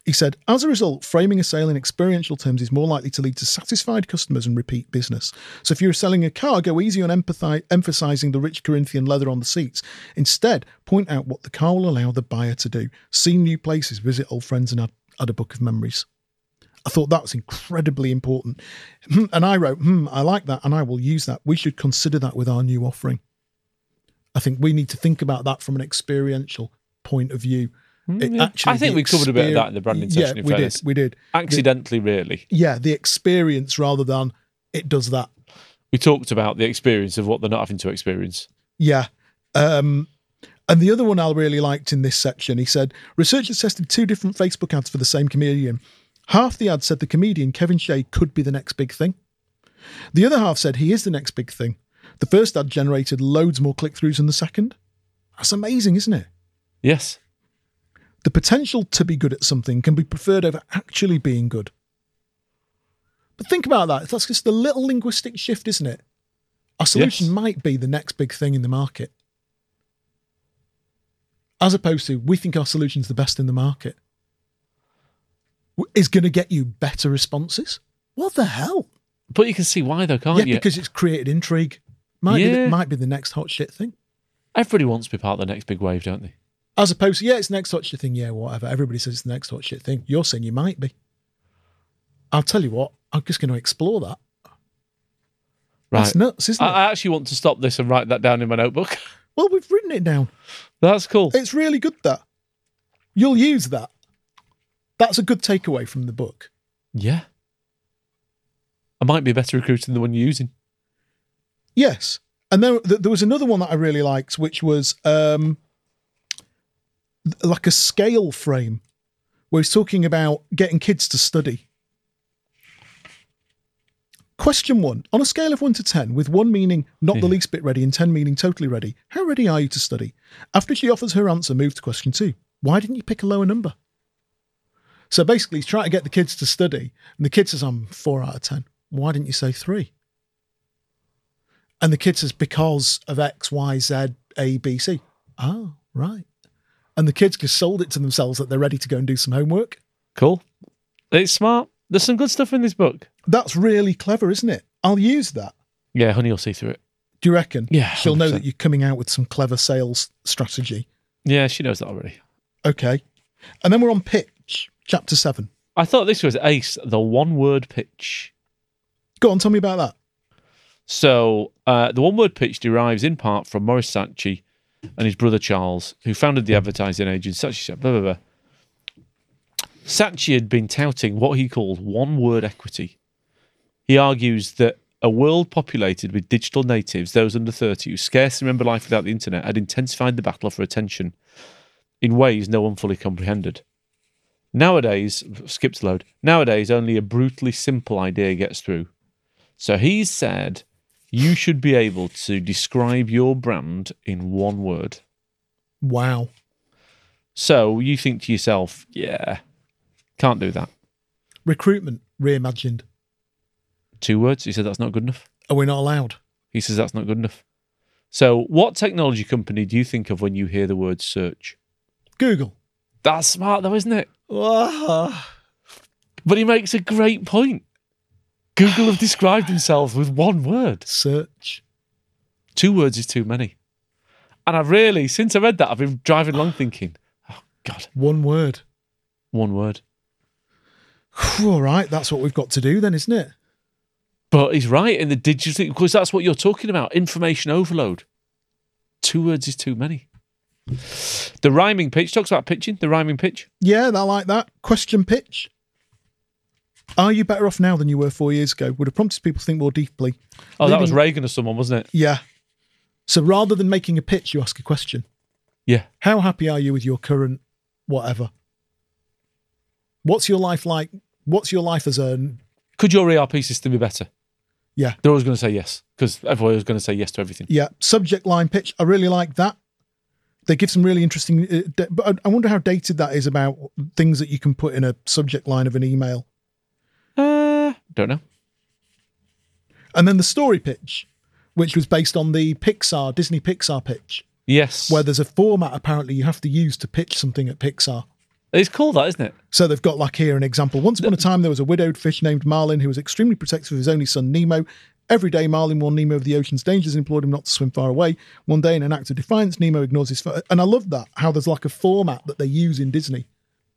Speaker 2: He said, as a result, framing a sale in experiential terms is more likely to lead to satisfied customers and repeat business. So if you're selling a car, go easy on empathize, emphasizing the rich Corinthian leather on the seats. Instead, point out what the car will allow the buyer to do see new places, visit old friends, and add, add a book of memories. I thought that was incredibly important. Hmm, And I wrote, hmm, I like that and I will use that. We should consider that with our new offering. I think we need to think about that from an experiential point of view. It
Speaker 1: Hmm, yeah.
Speaker 2: actually
Speaker 1: I think
Speaker 2: the
Speaker 1: we covered a bit of
Speaker 2: exper-
Speaker 1: that in the branding
Speaker 2: yeah,
Speaker 1: session, in
Speaker 2: we
Speaker 1: fairness.
Speaker 2: did. We did.
Speaker 1: Accidentally, really.
Speaker 2: Yeah, the experience rather than it does that.
Speaker 1: We talked about the experience of what they're not having to experience.
Speaker 2: Yeah. Um, and the other one I really liked in this section, he said, researchers tested two different Facebook ads for the same comedian. Half the ad said the comedian Kevin Shea could be the next big thing. The other half said he is the next big thing. The first ad generated loads more click throughs than the second. That's amazing, isn't it?
Speaker 1: Yes.
Speaker 2: The potential to be good at something can be preferred over actually being good. But think about that. That's just a little linguistic shift, isn't it? Our solution
Speaker 1: Yes.
Speaker 2: might be the next big thing in the market. As opposed to, we think our solution's the best in the market. W- Is going to get you better responses? What the hell?
Speaker 1: But you can see why, though, can't
Speaker 2: yeah,
Speaker 1: you?
Speaker 2: because it's created intrigue. Might, be
Speaker 1: Yeah.
Speaker 2: the, might be the next hot shit thing.
Speaker 1: Everybody wants to be part of the next big wave, don't they?
Speaker 2: As opposed to, yeah, it's the next hot shit thing. Yeah, whatever. Everybody says it's the next hot shit thing. You're saying you might be. I'll tell you what, I'm just going to explore that.
Speaker 1: Right.
Speaker 2: That's nuts, isn't
Speaker 1: I,
Speaker 2: it?
Speaker 1: I actually want to stop this and write that down in my notebook.
Speaker 2: well, we've written it down.
Speaker 1: That's cool.
Speaker 2: It's really good, that. You'll use that. That's a good takeaway from the book.
Speaker 1: Yeah. I might be a better recruiter than the one you're using.
Speaker 2: Yes. And then th- there was another one that I really liked, which was um, th- like a scale frame where he's talking about getting kids to study. Question one On a scale of one to 10, with one meaning not the
Speaker 1: Yeah.
Speaker 2: least bit ready and 10 meaning totally ready, how ready are you to study? After she offers her answer, move to question two. Why didn't you pick a lower number? So basically, he's trying to get the kids to study, and the kid says, I'm four out of 10. Why didn't you say three? And the kid says, because of X, Y, Z, A, B, C. Oh, right. And the kids just sold it to themselves that they're ready to go and do some homework.
Speaker 1: Cool. It's smart. There's some good stuff in this book.
Speaker 2: That's really clever, isn't it? I'll use that.
Speaker 1: Yeah, honey, you'll see through it.
Speaker 2: Do you reckon?
Speaker 1: Yeah,
Speaker 2: She'll know
Speaker 1: 100%.
Speaker 2: that you're coming out with some clever sales strategy.
Speaker 1: Yeah, she knows that already.
Speaker 2: Okay. And then we're on pitch, chapter seven.
Speaker 1: I thought this was Ace, the one word pitch.
Speaker 2: Go on, tell me about that.
Speaker 1: So, uh, the one word pitch derives in part from Maurice Sanchi and his brother Charles, who founded the advertising agency. Sanchi said, blah, blah, blah. Sanchi had been touting what he called one word equity. He argues that a world populated with digital natives, those under 30 who scarcely remember life without the internet, had intensified the battle for attention in ways no one fully comprehended. Nowadays, skips load, nowadays only a brutally simple idea gets through. So he said, you should be able to describe your brand in one word.
Speaker 2: Wow.
Speaker 1: So you think to yourself, yeah, can't do that.
Speaker 2: Recruitment reimagined.
Speaker 1: Two words. He said, that's not good enough.
Speaker 2: Are we not allowed?
Speaker 1: He says, that's not good enough. So what technology company do you think of when you hear the word search?
Speaker 2: Google.
Speaker 1: That's smart though, isn't it?
Speaker 2: Ah.
Speaker 1: But he makes a great point. Google have described themselves with one word.
Speaker 2: Search.
Speaker 1: Two words is too many. And I've really, since I read that, I've been driving along thinking, oh God,
Speaker 2: One word.
Speaker 1: one word.
Speaker 2: All right, that's what we've got to do then, isn't it?
Speaker 1: But he's right in the digital, because that's what you're talking about information overload. Two words is too many. The rhyming pitch talks about pitching, the rhyming pitch.
Speaker 2: Yeah, I like that. Question pitch. Are you better off now than you were four years ago? Would have prompted people to think more deeply.
Speaker 1: Oh, that was
Speaker 2: Leading-
Speaker 1: Reagan or someone, wasn't it?
Speaker 2: Yeah. So rather than making a pitch, you ask a question.
Speaker 1: Yeah.
Speaker 2: How happy are you with your current whatever? What's your life like? What's your life as a
Speaker 1: Could your ERP system be better?
Speaker 2: Yeah.
Speaker 1: They're always going to say yes, because everyone was going to say yes to everything.
Speaker 2: yeah subject line pitch? I really like that. They give some really interesting. Uh, da- but I- I wonder how dated that is about things that you can put in a subject line of an email.
Speaker 1: Uh, don't know.
Speaker 2: And then the story pitch, which was based on the Pixar, Disney Pixar pitch,
Speaker 1: Yes.
Speaker 2: where there's a format apparently you have to use to pitch something at Pixar.
Speaker 1: it's cool, that, isn't it?
Speaker 2: So they've got like here an example. Once upon a time, there was a widowed fish named Marlin who was extremely protective of his only son Nemo. Every day, Marlin warned Nemo of the ocean's dangers and implored him not to swim far away. One day, in an act of defiance, Nemo ignores his. Fa- and I love that how there's like a format that they use in Disney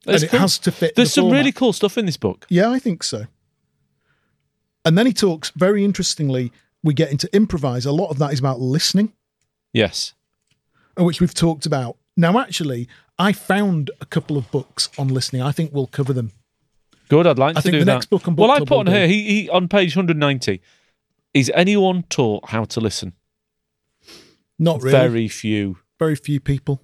Speaker 1: It's
Speaker 2: and it
Speaker 1: cool.
Speaker 2: has to fit.
Speaker 1: There's
Speaker 2: the
Speaker 1: some
Speaker 2: format.
Speaker 1: really cool stuff in this book.
Speaker 2: Yeah, I think so. And then he talks very interestingly. We get into improvise. A lot of that is about listening,
Speaker 1: Yes.
Speaker 2: uh, which we've talked about. Now, actually, I found a couple of books on listening. I think we'll cover them.
Speaker 1: Good. I'd like to
Speaker 2: I think
Speaker 1: do
Speaker 2: the
Speaker 1: that.
Speaker 2: next book on book
Speaker 1: well, I
Speaker 2: club
Speaker 1: put on
Speaker 2: will be-
Speaker 1: here. He, he on page 190. Is anyone taught how to listen?
Speaker 2: Not really. Very,
Speaker 1: Very few.
Speaker 2: few people.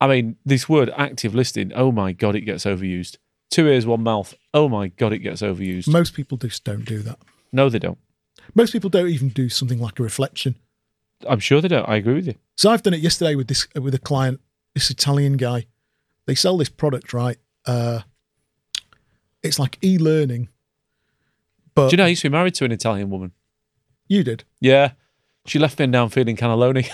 Speaker 1: I mean, this word active listening. Oh my god, it gets overused. Two ears, one mouth. Oh my god, it gets overused.
Speaker 2: Most people just don't do that.
Speaker 1: no, they don't.
Speaker 2: Most people don't even do something like a reflection.
Speaker 1: I'm sure they don't. I agree with you.
Speaker 2: So I've done it yesterday with this with a client, this Italian guy. They sell this product, right? Uh, it's like e-learning, but
Speaker 1: Do you know I used to be married to an Italian woman?
Speaker 2: you did.
Speaker 1: Yeah. She left me down feeling cannelloni.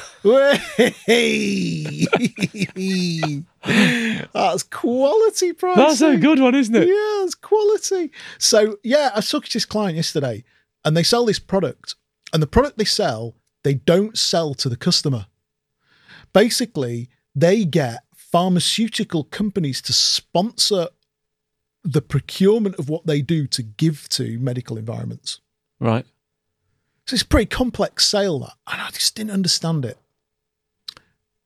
Speaker 2: Hey! That's quality pricing.
Speaker 1: That's a good one, isn't it?
Speaker 2: Yeah, that's quality. So yeah, I took this client yesterday, and they sell this product, and the product they sell, they don't sell to the customer. Basically, they get pharmaceutical companies to sponsor the procurement of what they do to give to medical environments.
Speaker 1: Right.
Speaker 2: So it's a pretty complex sale that, and I just didn't understand it.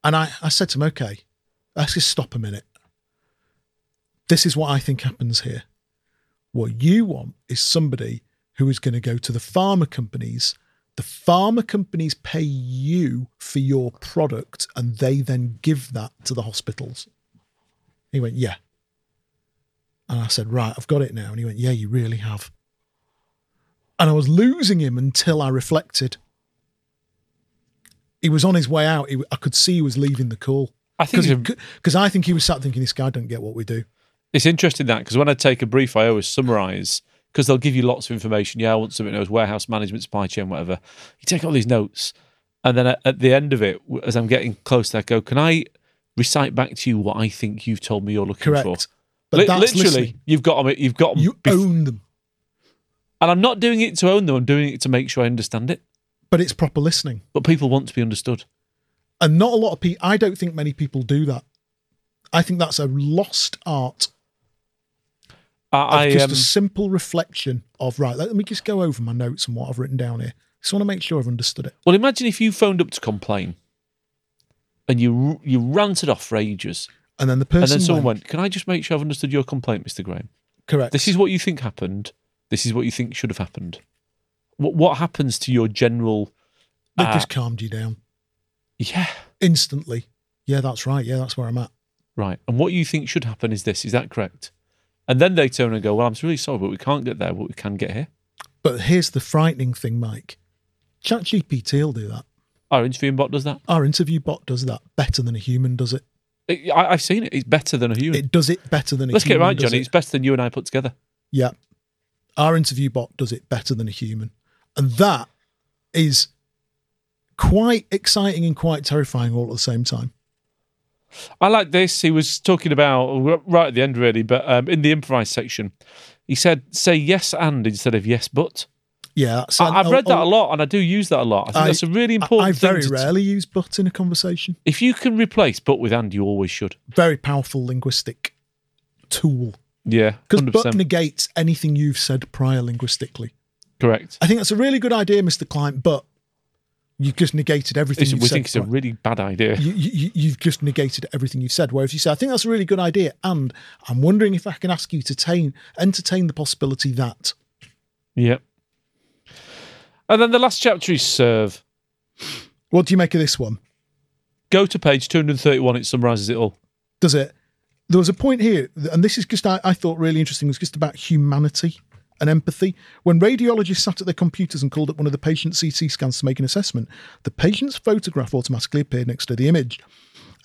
Speaker 2: And I, I said to him, okay, let's just stop a minute. This is what I think happens here. What you want is somebody who is going to go to the pharma companies. The pharma companies pay you for your product and they then give that to the hospitals. He went, yeah. And I said, right, I've got it now. And he went, yeah, you really have and I was losing him until I reflected. He was on his way out. He, I could see he was leaving the call
Speaker 1: I think
Speaker 2: because
Speaker 1: it's, a-
Speaker 2: I think he was sat thinking this guy don't get what we do.
Speaker 1: it's interesting that because when I take a brief, I always summarize because they'll give you lots of information. Yeah, I want something that knows warehouse management, supply chain, whatever. You take all these notes, and then at, at the end of it, w- as I'm getting close, to that, I go, "Can I recite back to you what I think you've told me you're looking
Speaker 2: Correct,
Speaker 1: for?"
Speaker 2: but
Speaker 1: Li-
Speaker 2: that's
Speaker 1: literally,
Speaker 2: listening.
Speaker 1: you've got 'em- You've got 'em
Speaker 2: You
Speaker 1: bef-
Speaker 2: own them,
Speaker 1: and I'm not doing it to own them. I'm doing it to make sure I understand it.
Speaker 2: but it's proper listening.
Speaker 1: But people want to be understood.
Speaker 2: And not a lot of people. I don't think many people do that. I think that's a lost art of
Speaker 1: I, I
Speaker 2: just
Speaker 1: um,
Speaker 2: a simple reflection of right. Let me just go over my notes and what I've written down here. Just want to make sure I've understood it.
Speaker 1: well, imagine if you phoned up to complain, and you you ranted off for ages,
Speaker 2: And then the person
Speaker 1: and then someone
Speaker 2: went,
Speaker 1: went, "Can I just make sure I've understood your complaint, Mister Graham?
Speaker 2: correct.
Speaker 1: This is what you think happened. This is what you think should have happened. What what happens to your general?
Speaker 2: they
Speaker 1: uh,
Speaker 2: just calmed you down
Speaker 1: Yeah,
Speaker 2: instantly. Yeah, that's right. Yeah, that's where I'm at.
Speaker 1: right. And what you think should happen is this. Is that correct? And then they turn and go, "Well, I'm really sorry, but we can't get there. But we can get here."
Speaker 2: But here's the frightening thing, Mike. ChatGPT will do that.
Speaker 1: Our interviewing bot does that.
Speaker 2: Our interview bot does that better than a human does it.
Speaker 1: It, I, I've seen it. It's better than a human.
Speaker 2: It does it better than a
Speaker 1: Hmm. Let's get it
Speaker 2: human.
Speaker 1: right,
Speaker 2: does
Speaker 1: Johnny.
Speaker 2: it.
Speaker 1: It's better than you and I put together.
Speaker 2: Yeah. Our interview bot does it better than a human. And that is quite exciting and quite terrifying all at the same time.
Speaker 1: I like this. He was talking about right at the end, really, but um, in the improvised section, he said, "Say yes and instead of yes but."
Speaker 2: Yeah. That's,
Speaker 1: I, I've read that a lot, and I do use that a lot. I think
Speaker 2: oh, I-
Speaker 1: that's a really
Speaker 2: I,
Speaker 1: important
Speaker 2: I
Speaker 1: thing.
Speaker 2: very
Speaker 1: to-
Speaker 2: rarely use but in a conversation.
Speaker 1: if you can replace but with and, you always should.
Speaker 2: Very powerful linguistic tool.
Speaker 1: Yeah,
Speaker 2: Because
Speaker 1: hundred
Speaker 2: but
Speaker 1: percent
Speaker 2: negates anything you've said prior linguistically.
Speaker 1: correct.
Speaker 2: I think that's a really good idea, Mr. Client, but you've just negated everything
Speaker 1: It's-
Speaker 2: you've
Speaker 1: we
Speaker 2: said.
Speaker 1: think it's a really bad idea.
Speaker 2: you, you, you've just negated everything you've said. Whereas you say, I think that's a really good idea, and I'm wondering if I can ask you to tain, entertain the possibility that.
Speaker 1: Yep. And then the last chapter is serve.
Speaker 2: What do you make of this one?
Speaker 1: Go to page two hundred thirty-one. It summarizes it all.
Speaker 2: Does it? There was a point here, and this is just, I, I thought really interesting, was just about humanity and empathy. When radiologists sat at their computers and called up one of the patient's CT scans to make an assessment, the patient's photograph automatically appeared next to the image.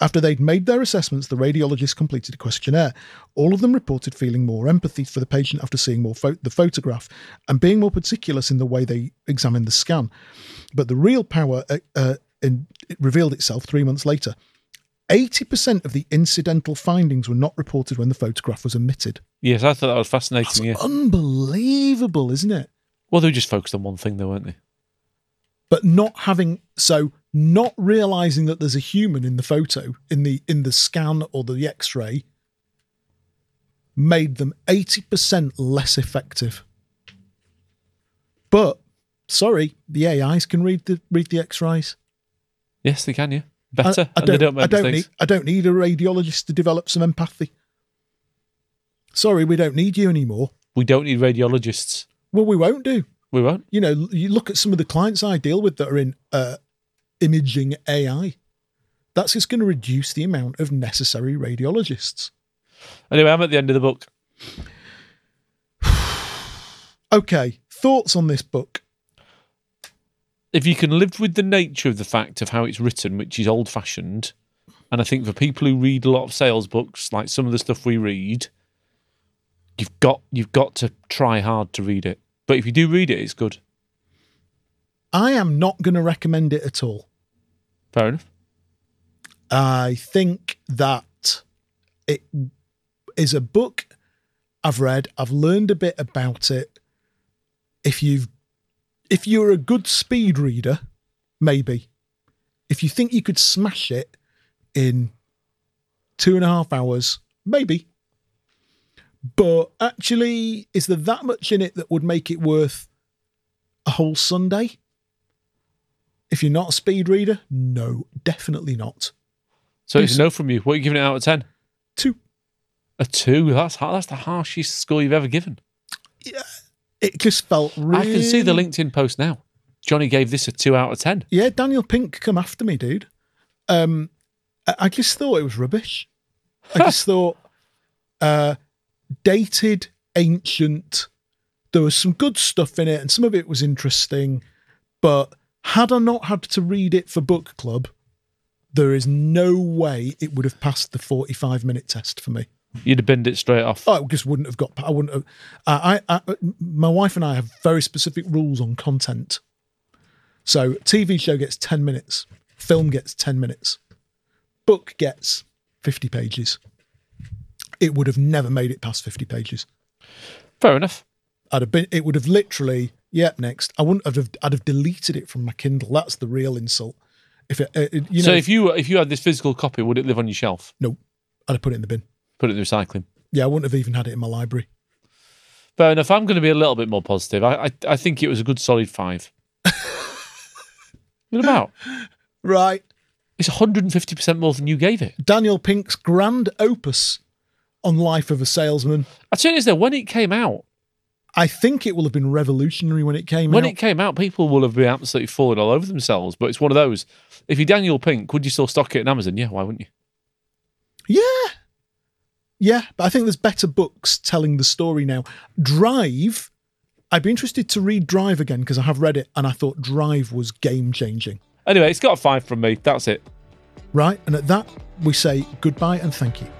Speaker 2: After they'd made their assessments, the radiologist completed a questionnaire. All of them reported feeling more empathy for the patient after seeing more pho- the photograph and being more meticulous in the way they examined the scan. But the real power uh, uh, in, it revealed itself three months later. 80% of the incidental findings were not reported when the photograph was omitted.
Speaker 1: Yes, I thought that was fascinating. Yeah.
Speaker 2: Unbelievable, isn't it?
Speaker 1: Well, they were just focused on one thing, though, weren't they?
Speaker 2: But not having so not realizing that there's a human in the photo in the in the scan or the x-ray made them 80% less effective. But sorry, the AIs can read the read the X-rays.
Speaker 1: Yes, they can. Yeah,
Speaker 2: I,
Speaker 1: better.
Speaker 2: I
Speaker 1: and they don't
Speaker 2: I
Speaker 1: make
Speaker 2: don't need
Speaker 1: mistakes.
Speaker 2: I don't need a radiologist to develop some empathy. Sorry, we don't need you anymore.
Speaker 1: We don't need radiologists.
Speaker 2: Well, we won't do.
Speaker 1: We won't.
Speaker 2: You know, l- you look at some of the clients I deal with that are in uh, imaging AI. That's just going to reduce the amount of necessary radiologists.
Speaker 1: Anyway, I'm at the end of the book.
Speaker 2: Okay, thoughts on this book?
Speaker 1: if you can live with the nature of the fact of how it's written, which is old fashioned, and I think for people who read a lot of sales books, like some of the stuff we read, you've got you've got to try hard to read it. But if you do read it, it's good.
Speaker 2: I am not going to recommend it at all.
Speaker 1: Fair enough.
Speaker 2: I think that it is a book I've read. I've learned a bit about it. If you've if you're a good speed reader, maybe. If you think you could smash it in two and a half hours, maybe. But actually, is there that much in it that would make it worth a whole Sunday? If you're not a speed reader, no, definitely not.
Speaker 1: So it's
Speaker 2: Yes.
Speaker 1: a no from you. What are you giving it out of ten?
Speaker 2: Two.
Speaker 1: A two. That's har- that's the harshest score you've ever given.
Speaker 2: It just felt really.
Speaker 1: I can see the LinkedIn post now. Johnny gave this a two out of ten.
Speaker 2: Yeah, Daniel Pink, come after me, dude. Um, I, I just thought it was rubbish. I just thought uh, dated, ancient. There was some good stuff in it, and some of it was interesting. But had I not had to read it for book club, there is no way it would have passed the forty-five minute test for me.
Speaker 1: You'd have binned it straight off.
Speaker 2: I just wouldn't have got. I wouldn't have. I, I, I, my wife and I have very specific rules on content. So TV show gets ten minutes, film gets ten minutes, book gets fifty pages. It would have never made it past fifty pages.
Speaker 1: Fair enough.
Speaker 2: I'd have been. It would have literally. Yep, next. I wouldn't have. I'd have deleted it from my Kindle. That's the real insult. If it, uh, it, it- you know,
Speaker 1: so if you if you had this physical copy, would it live on your shelf?
Speaker 2: no, I'd have put it in the bin.
Speaker 1: Put it in the recycling.
Speaker 2: Yeah, I wouldn't have even had it in my library.
Speaker 1: Fair enough. I'm going to be a little bit more positive. I I, I think it was a good solid five. what about?
Speaker 2: Right.
Speaker 1: It's 150% more than you gave it.
Speaker 2: Daniel Pink's grand opus on life of a salesman.
Speaker 1: I tell you this though, when it came out,
Speaker 2: I think it will have been revolutionary when it came
Speaker 1: when
Speaker 2: out.
Speaker 1: it came out, people will have been absolutely falling all over themselves. But it's one of those. If you're Daniel Pink, would you still stock it in Amazon? Yeah, why wouldn't you?
Speaker 2: yeah. Yeah, but I think there's better books telling the story now. Drive, I'd be interested to read Drive again because I have read it and I thought Drive was game changing.
Speaker 1: Anyway, it's got a five from me. That's it.
Speaker 2: Right? And at that, we say goodbye and thank you.